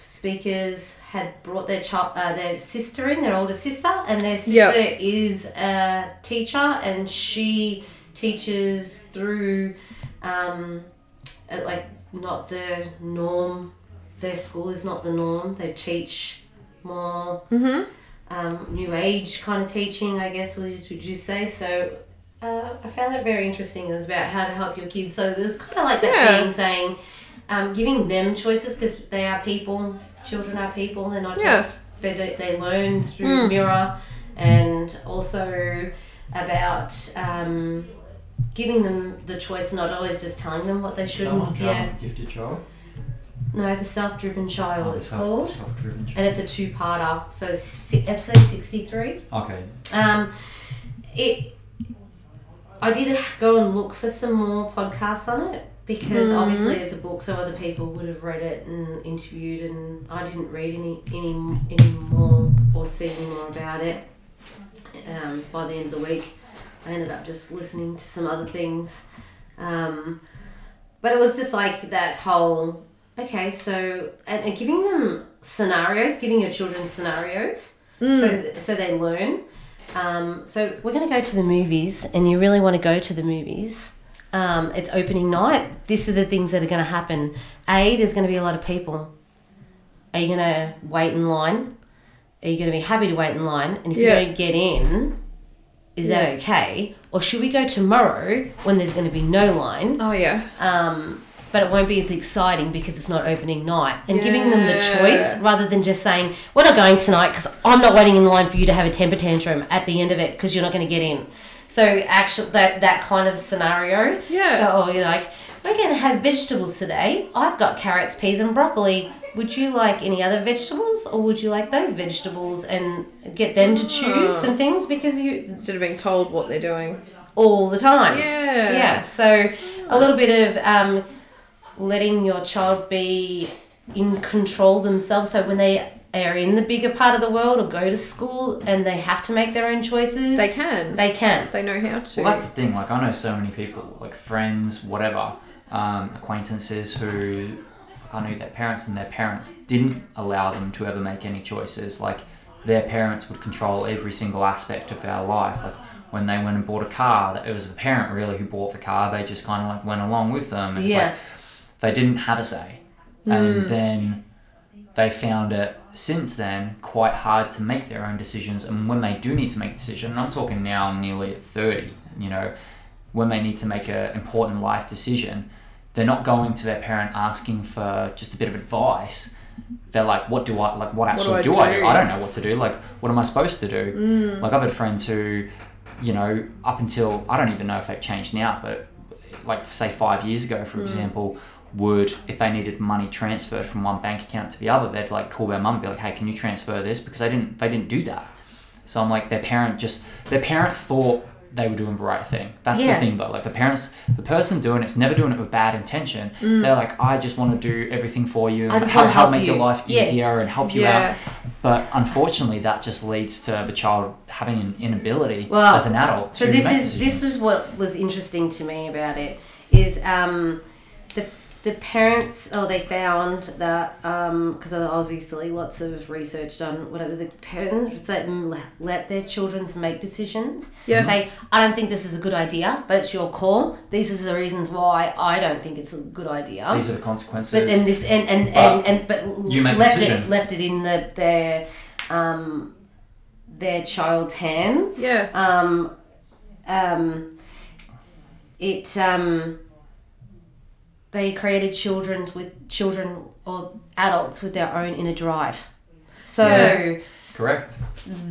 S3: speakers had brought their child, uh, their sister in, their older sister, and their sister
S1: Yep.
S3: is a teacher, and she teaches through, um, uh, like not the norm. Their school is not the norm. They teach more
S1: mm-hmm.
S3: um, new age kind of teaching, I guess, would you, would you say? So uh, I found it very interesting. It was about how to help your kids. So there's kind of like that
S1: Yeah.
S3: thing saying, um, giving them choices because they are people. Children are people. They're not
S1: Yeah.
S3: just they do- they learn through
S1: Mm.
S3: mirror, and also about. Um, Giving them the choice, not always just telling them what they should.
S2: Someone
S3: not
S2: drive
S3: yeah,
S2: a Gifted child.
S3: no, the self-driven child.
S2: Oh, the
S3: it's
S2: self, the
S3: called,
S2: self-driven child.
S3: and it's a two-parter. So it's si- episode sixty-three.
S2: Okay.
S3: Um, it. I did go and look for some more podcasts on it because
S1: Mhm.
S3: obviously it's a book, so other people would have read it and interviewed, and I didn't read any any any more or see any more about it. Um, by the end of the week, I ended up just listening to some other things. Um, but it was just like that whole okay, so and, and giving them scenarios, giving your children scenarios
S1: Mm.
S3: so so they learn. Um, so we're going to go to the movies, and you really want to go to the movies. Um, it's opening night. This are the things that are going to happen. A, there's going to be a lot of people. Are you going to wait in line? Are you going to be happy to wait in line? And if
S1: Yeah.
S3: you don't get in, is that okay? Or should we go tomorrow when there's going to be no line?
S1: oh yeah.
S3: um, but it won't be as exciting because it's not opening night and giving them the choice
S1: Yeah.
S3: rather than just saying we're not going tonight because i'm not waiting in line for you to have a temper tantrum at the end of it because you're not going to get in so actually that that kind of scenario
S1: Yeah.
S3: so oh, you're like we're going to have vegetables today i've got carrots peas and broccoli would you like any other vegetables or would you like those
S1: Oh.
S3: vegetables and get them to choose some things because you
S1: Instead of being told what they're doing.
S3: all the time.
S1: Yeah.
S3: Yeah. So a little bit of um, letting your child be in control themselves. So when they are in the bigger part of the world or go to school and they have to make their own choices,
S1: They can. They,
S3: they can.
S1: know how to.
S2: Well, that's the thing. Like, I know so many people, like friends, whatever, um, acquaintances who like, I knew their parents, and their parents didn't allow them to ever make any choices. Like, their parents would control every single aspect of their life. Like, when they went and bought a car, it was the parent really who bought the car. They just kind of like went along with them. And
S3: Yeah.
S2: It's like, they didn't have a say. And then they found it since then quite hard to make their own decisions and when they do need to make a decision and i'm talking now nearly at 30 you know when they need to make an important life decision they're not going to their parent asking for just a bit of advice they're like what do i like what
S1: do
S2: actually
S1: I
S2: do, I do
S1: do?
S2: i don't know what to do like what am i supposed to do like i've had friends who you know up until i don't even know if they've changed now but like say five years ago for example would if they needed money transferred from one bank account to the other they'd like call their mum and be like hey can you transfer this because they didn't they didn't do that so i'm like their parent just their parent thought they were doing the right thing that's
S3: Yeah.
S2: the thing though like the parents the person doing it's never doing it with bad intention they're like i just want to do everything for you
S3: I just
S2: help,
S3: wanna
S2: help
S3: help
S2: make your
S3: you."
S2: life
S3: Yeah.
S2: easier and help you
S1: Yeah.
S2: out but unfortunately that just leads to the child having an inability
S3: Well,
S2: as an adult
S3: So
S2: to
S3: this
S2: make
S3: is
S2: decisions.
S3: this is what was interesting to me about it is um, the the parents oh they found that um, because there's obviously lots of research done whatever the parents that m- let their children make decisions
S1: Yeah.
S3: say I don't think this is a good idea but it's your call these are the reasons why I don't think it's a good idea
S2: these are the consequences
S3: but then this and and
S2: But
S3: and, and but
S2: you make the
S3: left it
S2: decision.
S3: left it in the their um their child's hands.
S1: Yeah.
S3: Um, um, it um, they created children with children or adults with their own inner drive. So
S1: Yeah.
S2: correct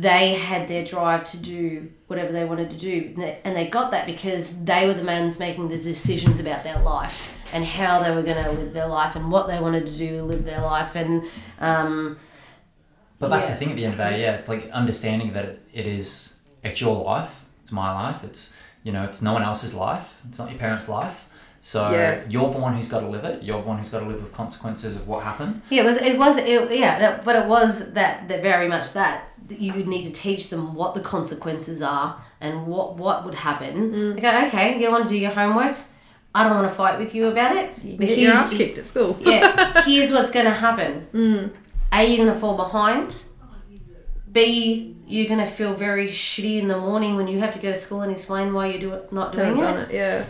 S3: they had their drive to do whatever they wanted to do and they- and they got that because they were the ones making the decisions about their life and how they were going to live their life and what they wanted to do to live their life and um,
S2: But that's
S3: Yeah.
S2: the thing at the end of the day, yeah, it's like understanding that it, it is, it's your life, it's my life, it's, you know, it's no one else's life, it's not your parents' life. So
S1: Yeah.
S2: you're the one who's got to live it, you're the one who's got to live with consequences of what happened.
S3: yeah it was it was it, yeah no, but it was that that very much that that you would need to teach them what the consequences are and what what would happen okay okay you want to do your homework i don't want to fight with you about it
S1: You
S3: but
S1: get your
S3: here's-
S1: ass kicked at school.
S3: yeah, here's what's going to happen.
S1: Mm.
S3: A, you're going to fall behind. B, you're going to feel very shitty in the morning when you have to go to school and explain why you're do- not doing
S1: Haven't
S3: it.
S1: done it. Yeah.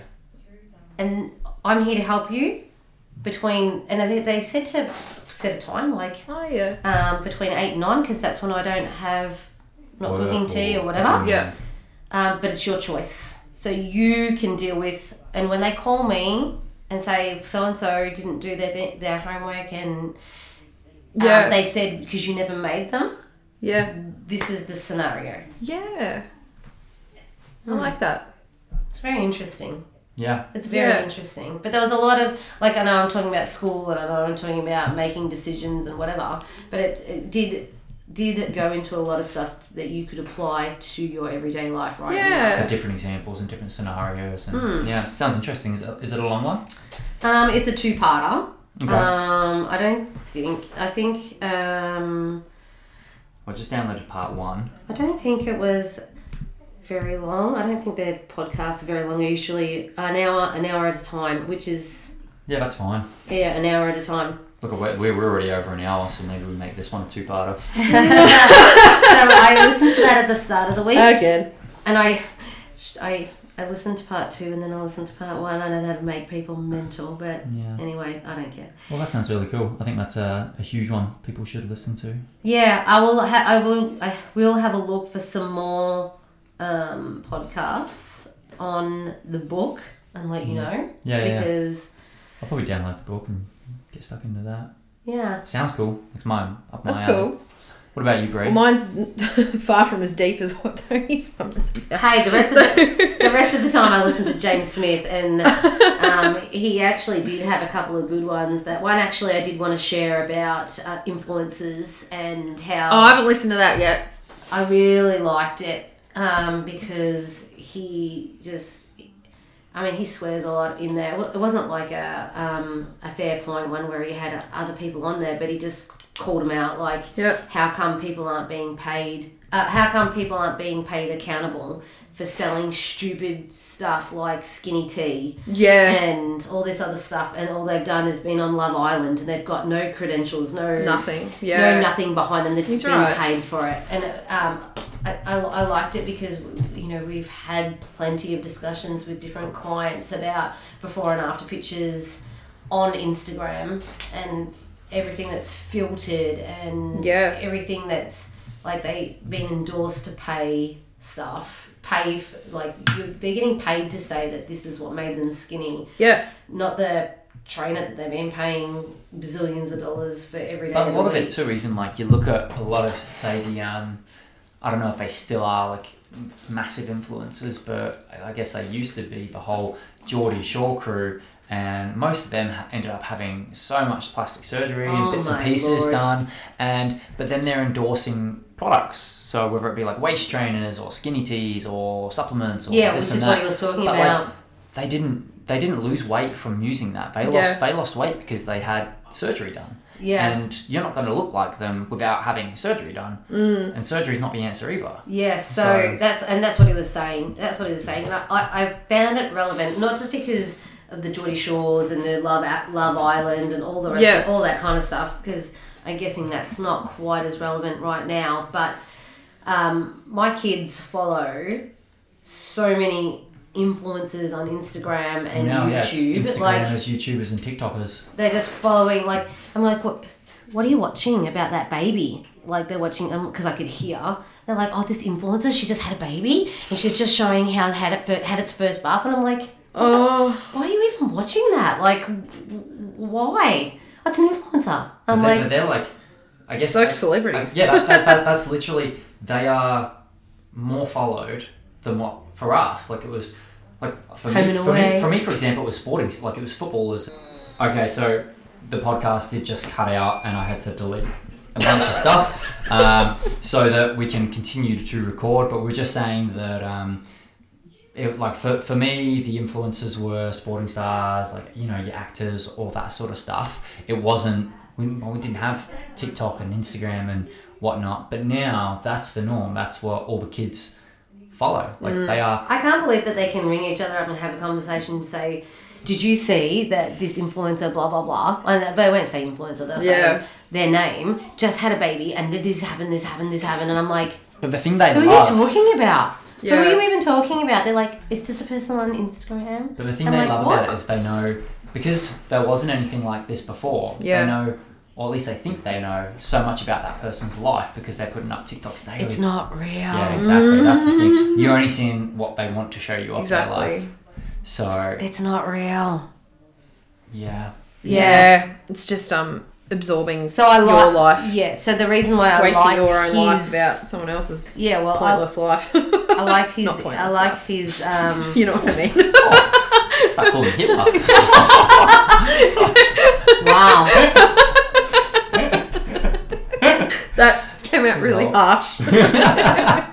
S3: And I'm here to help you. Between and I think they said to set a time like
S1: Oh yeah.
S3: um, between eight and nine because that's when I don't have not
S2: Work
S3: cooking tea
S2: or-
S3: or whatever
S1: Yeah.
S3: um, but it's your choice. So you can deal with. And when they call me and say so and so didn't do their their homework and um,
S1: Yeah.
S3: they said because you never made them,
S1: Yeah.
S3: this is the scenario.
S1: Yeah. I like that.
S3: It's very interesting.
S2: Yeah.
S3: It's very
S1: Yeah.
S3: interesting. But there was a lot of like I know I'm talking about school and I know I'm talking about making decisions and whatever, but it, it did did go into a lot of stuff that you could apply to your everyday life right now.
S1: Yeah.
S2: So different examples and different scenarios. And,
S3: Hmm.
S2: Yeah, sounds interesting. Is it, is it a long one?
S3: Um, it's a two-parter.
S2: Okay.
S3: Um, I don't think. I think. Um,
S2: I just downloaded part one.
S3: I don't think it was very long. I don't think their podcasts are very long. They're Usually, an hour, an hour at a time, which is
S2: Yeah, that's fine.
S3: yeah, an hour at a time.
S2: Look, we're, we're already over an hour, so maybe we make this one a two-parter.
S3: so I listened to that at the start of the week,
S1: Again.
S3: and I, I, I listened to part two, and then I listened to part one. I know that'd make people mental, but
S2: Yeah.
S3: anyway, I don't care.
S2: Well, that sounds really cool. I think that's a, a huge one people should listen to.
S3: Yeah, I will. Ha- I will. I will have a look for some more um, podcasts on the book and let you know
S2: Mm. Yeah, yeah, yeah.
S3: because
S2: I'll probably download the book and get stuck into that.
S3: yeah.
S2: Sounds cool. It's mine. Up my
S1: That's
S2: alley.
S1: cool.
S2: What about you, Bree?
S1: Well, mine's far from as deep as what Tony's one is.
S3: Hey, the rest of the, the rest of the time I listened to James Smith and um, he actually did have a couple of good ones. That one actually I did want to share about uh, influences and
S1: Oh, I
S3: how
S1: haven't listened to that yet.
S3: I really liked it. um, because he just, I mean, he swears a lot in there. It wasn't like a um, a fair point one where he had other people on there, but he just called them out like,
S1: Yeah.
S3: how come people aren't being paid? Uh, how come people aren't being paid accountable for selling stupid stuff like skinny tea?
S1: Yeah.
S3: and all this other stuff and all they've done is been on Love Island and they've got no credentials, no
S1: Nothing.
S3: no
S1: Yeah.
S3: nothing behind them. They've
S1: He's
S3: been
S1: right.
S3: paid for it, and um, I, I, I liked it because you know we've had plenty of discussions with different clients about before and after pictures on Instagram and everything that's filtered and
S1: Yeah.
S3: everything that's like they been endorsed to pay stuff pay f like you they're getting paid to say that this is what made them skinny
S1: Yeah.
S3: not the trainer that they've been paying bazillions of dollars for every day.
S2: But a
S3: of
S2: lot
S3: the
S2: of it
S3: week.
S2: too, even like you look at a lot of say the um, I don't know if they still are like massive influencers, but I guess they used to be the whole Geordie Shore crew, and most of them ha- ended up having so much plastic surgery and
S3: Oh
S2: bits and
S3: my
S2: pieces
S3: lord.
S2: done, and but then they're endorsing products, so whether it be like waist trainers or skinny teas or supplements or
S3: Yeah, which
S2: this
S3: is
S2: and that
S3: what he was talking
S2: But, like,
S3: about.
S2: they didn't they didn't lose weight from using that. They
S1: Yeah.
S2: lost they lost weight because they had surgery done.
S3: Yeah.
S2: And you're not going to look like them without having surgery done. Mm. And surgery's not the answer either.
S3: Yeah, so,
S2: So-
S3: that's and that's what he was saying. That's what he was saying, and I, I, I found it relevant not just because of the Geordie Shores and the Love at Love Island and all the rest,
S1: Yeah.
S3: all that kind of stuff. Because I'm guessing that's not quite as relevant right now. But um, my kids follow so many influencers on Instagram and
S2: now, yeah, it's
S3: YouTube. like
S2: Instagrammers, YouTubers, and TikTokers.
S3: they're just following like i'm like what what are you watching about that baby like they're watching because i could hear they're like oh this influencer she just had a baby and she's just showing how had it fir- had its first bath and i'm like
S1: Oh.
S3: why are you even watching that like w- why that's an influencer
S2: But
S3: i'm
S2: they- but
S3: like
S2: they're like, I guess.
S1: It's like
S2: Uh,
S1: celebrities.
S2: yeah, that, that, that, that's literally they are more followed than what for us. Like it was, like for
S3: Home
S2: me,
S3: and
S2: for me,
S3: away.
S2: for me, for example, it was sporting. Like it was footballers. Okay, so the podcast did just cut out, and I had to delete a bunch of stuff um, so that we can continue to record. But we're just saying that. Um, it, like for, for me, the influences were sporting stars, like you know your actors, all that sort of stuff. It wasn't we, well, we didn't have TikTok and Instagram and whatnot, but now that's the norm. That's what all the kids follow. Like
S3: Mm.
S2: they are.
S3: i can't believe that they can ring each other up and have a conversation and say did you see that this influencer blah blah blah and they won't say influencer they'll
S1: Yeah.
S3: say their name just had a baby and this happened this happened this happened and i'm like
S2: But the thing they
S3: Who are you
S2: love.
S3: talking about? Who
S1: Yeah.
S3: are you even talking about? They're like, it's just a person on Instagram.
S2: But the thing
S3: I'm
S2: they
S3: like,
S2: love about
S3: "What?"
S2: it is they know because there wasn't anything like this before.
S1: Yeah.
S2: They know, or at least they think they know so much about that person's life because they're putting up TikToks daily.
S3: It's not Mm-hmm. real.
S2: yeah, exactly. That's the thing. You're only seeing what they want to show you of their life.
S1: Exactly.
S2: So
S3: It's not real.
S2: yeah,
S1: Yeah. It's just um absorbing
S3: So I like
S1: your life.
S3: Yeah. So the reason why I
S1: Wasting
S3: liked
S1: your own
S3: his
S1: life about someone else's
S3: yeah, well, I,
S1: pointless life.
S3: I liked his
S1: Not
S3: I
S1: pointless
S3: liked his um
S1: You know what I mean?
S2: stop calling Hitler.
S3: wow.
S1: That came out really
S2: No.
S1: harsh.
S3: but I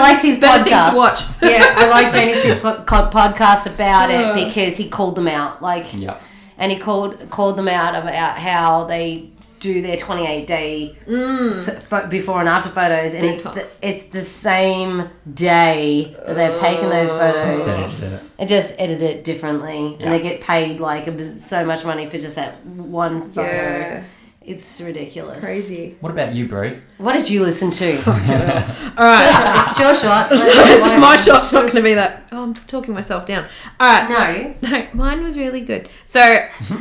S3: liked his
S1: Better things
S3: podcast.
S1: to watch.
S3: yeah, I liked Genesis co- co- podcast about
S1: Yeah.
S3: it because he called them out. Like
S2: yeah,
S3: and he called called them out about how they do their 28 day s- pho- before and after photos and it's
S1: Mm. Detox.
S3: the, it's the same day that they've taken those
S1: Oh.
S3: photos it just edit it differently
S2: Yeah.
S3: and they get paid like a biz- so much money for just that one photo
S1: Yeah.
S3: it's ridiculous
S1: Crazy.
S2: What about you, Brie?
S3: what did you listen to
S1: All right.
S3: it's your shot
S1: my shot's not going to be that. Oh, I'm talking myself down. All right.
S3: no
S1: No, mine was really good. So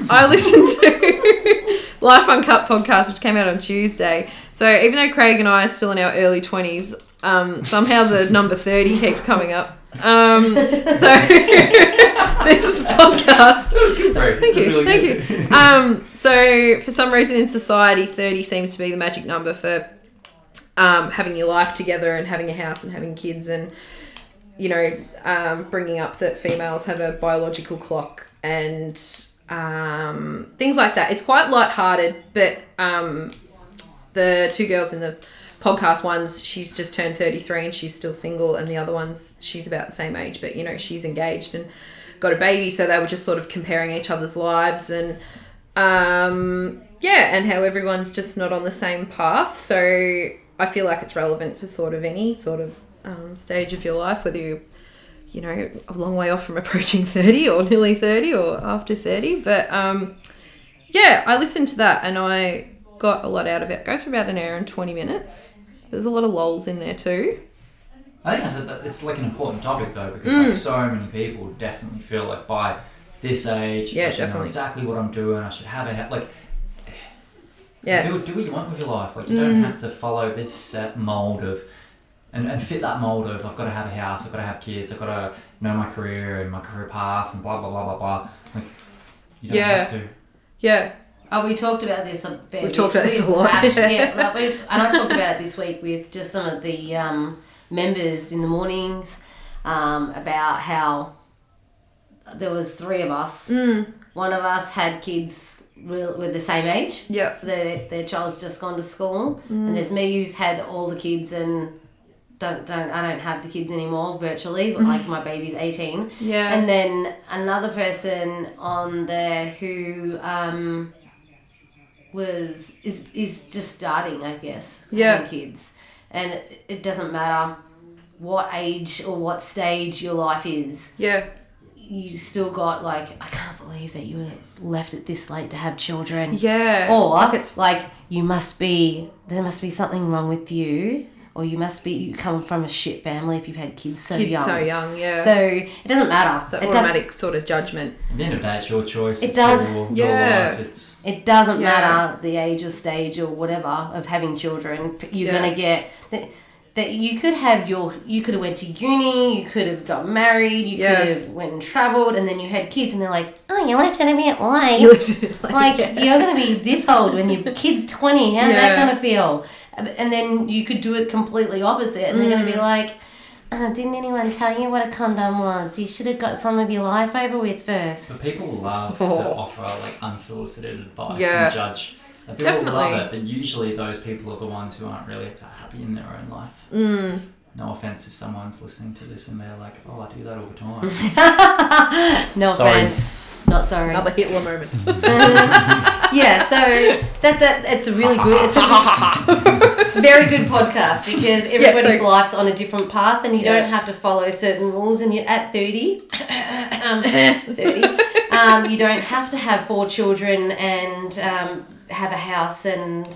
S1: I listened to Life Uncut podcast, which came out on Tuesday. So even though Craig and I are still in our early 20s, um, somehow the number 30 keeps coming up. Um, so this podcast.
S2: was good, Brie.
S1: Thank you. thank you. Um, so for some reason in society, 30 seems to be the magic number for um, having your life together and having a house and having kids and you know um, bringing up that females have a biological clock and um, things like that. It's quite lighthearted, but um, the two girls in the podcast ones she's just turned 33 and she's still single and the other ones she's about the same age but you know she's engaged and got a baby so they were just sort of comparing each other's lives and um yeah and how everyone's just not on the same path so i feel like it's relevant for sort of any sort of um, stage of your life whether you're you know a long way off from approaching 30 or nearly 30 or after 30 but um yeah i listened to that and i got a lot out of it. it goes for about an hour and 20 minutes there's a lot of lols in there too
S2: I think that's a, it's like an important topic though because
S1: Mm.
S2: like so many people definitely feel like by this age,
S1: Yeah,
S2: I should know
S1: definitely.
S2: exactly what I'm doing. I should have a he- like
S1: yeah Mm.
S2: do do what you want with your life. Like you don't have to follow this set mold of and, and fit that mold of I've got to have a house, I've got to have kids, I've got to know my career and my career path and blah blah blah blah blah. Like you don't
S1: Yeah.
S2: have to.
S1: yeah
S3: Oh, we talked about this. A fair
S1: We've
S3: bit.
S1: talked about this a
S3: We've
S1: lot.
S3: Actually, yeah, like we've, and I talked about it this week with just some of the um, members in the mornings um, about how there was three of us.
S1: Mm.
S3: One of us had kids real- with the same age.
S1: yeah Mm.
S3: So their, their child's just gone to school, and there's me who's had all the kids and don't don't I don't have the kids anymore virtually. Like my baby's eighteen,
S1: yeah
S3: and then another person on there who um, was is is just starting, I guess. having
S1: Yeah.
S3: kids, and it, it doesn't matter what age or what stage your life is.
S1: yeah
S3: You still got like I can't believe that you were left at this late to have children.
S1: yeah
S3: Or Oh, like,
S1: it's-
S3: you must be there must be something wrong with you, or you must be you come from a shit family if you've had kids so
S1: kids
S3: young.
S1: so young yeah
S3: So it doesn't matter.
S1: it's an
S3: it doesn't
S1: automatic sort of judgment
S2: At the end of the day, it's your choice.
S3: It
S2: it's
S3: does.
S2: Your,
S1: Yeah.
S2: Your life. It's
S3: It doesn't
S1: Yeah.
S3: matter the age or stage or whatever of having children. p- You're
S1: Yeah.
S3: gonna get that. That you could have your, you could have went to uni, you could have got married, you
S1: Yeah.
S3: could have went and traveled, and then you had kids, and they're like, oh, you left at a bit late.
S1: You literally-
S3: like you're gonna be this old when your kid's twenty. How's that
S1: Yeah.
S3: gonna feel? And then you could do it completely opposite, and they're gonna
S1: Mm.
S3: be like, oh, didn't anyone tell you what a condom was? You should have got some of your life over with first.
S2: but people love to
S1: Oh.
S2: offer like unsolicited advice
S1: Yeah.
S2: and judge. And people
S1: Definitely.
S2: love it, but usually those people are the ones who aren't really that happy in their own life.
S1: mm,
S2: No offense if someone's listening to this and they're like, "Oh, I do that all the time."
S3: No
S2: Sorry.
S3: offense. Not sorry.
S1: another hitler moment
S3: Um, yeah, so that that it's a really good, it's a very good podcast because everybody's
S1: so-
S3: life's on a different path, and you
S1: Yeah.
S3: don't have to follow certain rules. And you're at thirty, um, thirty, um, you don't have to have four children and um, have a house and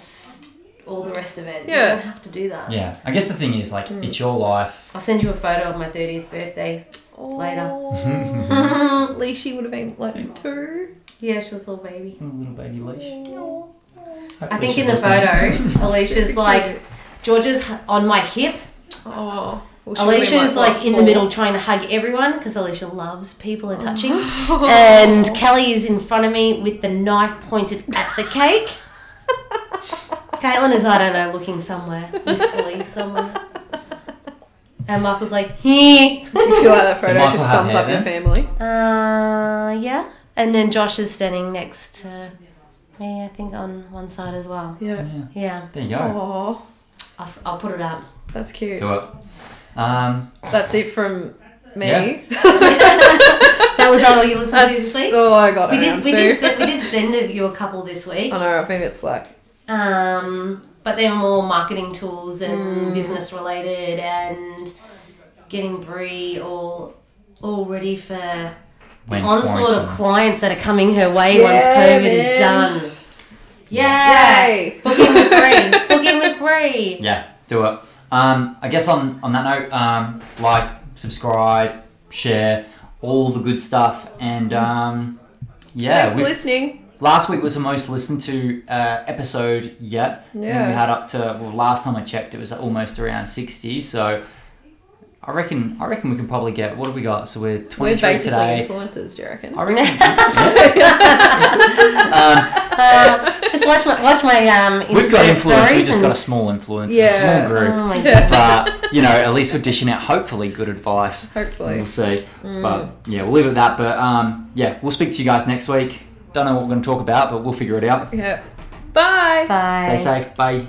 S3: all the rest of it.
S1: Yeah.
S3: You don't have to do that.
S2: Yeah, I guess the thing is,
S1: Mm.
S2: like, it's your life.
S3: I'll send you a photo of my thirtieth birthday.
S1: later leashy Oh, would have been like two
S3: yeah, she was a little baby.
S2: Little baby leash.
S3: I think in the photo, Alicia's like George's on my hip.
S1: Oh, well, she'll be,
S3: Alicia's like, in the
S1: four.
S3: middle trying to hug everyone because Alicia loves people and touching. and Kelly is in front of me with the knife pointed at the cake. Caitlin is, I don't know, looking somewhere, wistfully somewhere. And Michael's like, "Heh."
S1: Do you feel like that photo
S2: Michael
S1: just
S2: have
S1: sums up
S2: hair
S1: your family?
S3: uh, yeah. And then Josh is standing next to me, I think, on one side as well.
S1: Yeah.
S2: Yeah,
S3: Yeah,
S2: there you go.
S1: Oh,
S3: I'll, s- I'll put it up.
S1: that's
S3: Oh.
S1: cute.
S2: Do it. Um,
S1: That's it from me.
S2: Yeah.
S3: That was all you listened to this
S1: that's
S3: week.
S1: all I got
S3: We
S1: around
S3: did, we,
S1: to.
S3: did send, we did send you a couple this week.
S1: I know. I mean, it's like
S3: Um, but they're more marketing tools
S1: Mm.
S3: and business related and getting Brie all all ready for the
S2: when
S3: onslaught of
S2: quarantine-
S3: clients that are coming her way
S1: Yeah,
S3: once COVID
S1: man.
S3: is done. Yay!
S1: yay.
S3: Book in with Brie. Book in with Brie.
S2: Yeah, do it. Um, I guess on on that note, um, like, subscribe, share, all the good stuff, and um, yeah,
S1: Thanks for
S2: we've-
S1: listening.
S2: Last week was the most listened to uh, episode yet. I think
S1: Yeah.
S2: we had up to well, last time I checked, it was almost around sixty. So I reckon I reckon we can probably get what have we got? So we're
S1: We're
S2: twenty three
S1: basically
S2: today.
S1: influencers. Do you reckon?
S2: I reckon. Yeah.
S3: Uh, just watch my watch my um.
S2: um, we've got
S3: Insta
S2: influence. We
S3: stories
S2: just
S3: and-
S2: got a small influence, a
S1: Yeah.
S2: small group.
S3: Oh my god.
S2: But you know, at least we're dishing out hopefully good advice.
S1: Hopefully.
S2: We'll see. But yeah, we'll leave it at that. But um, yeah, we'll speak to you guys next week. Don't know what we're going to talk about, but we'll figure it out.
S1: Yeah. Bye.
S3: Bye.
S2: Stay safe. Bye.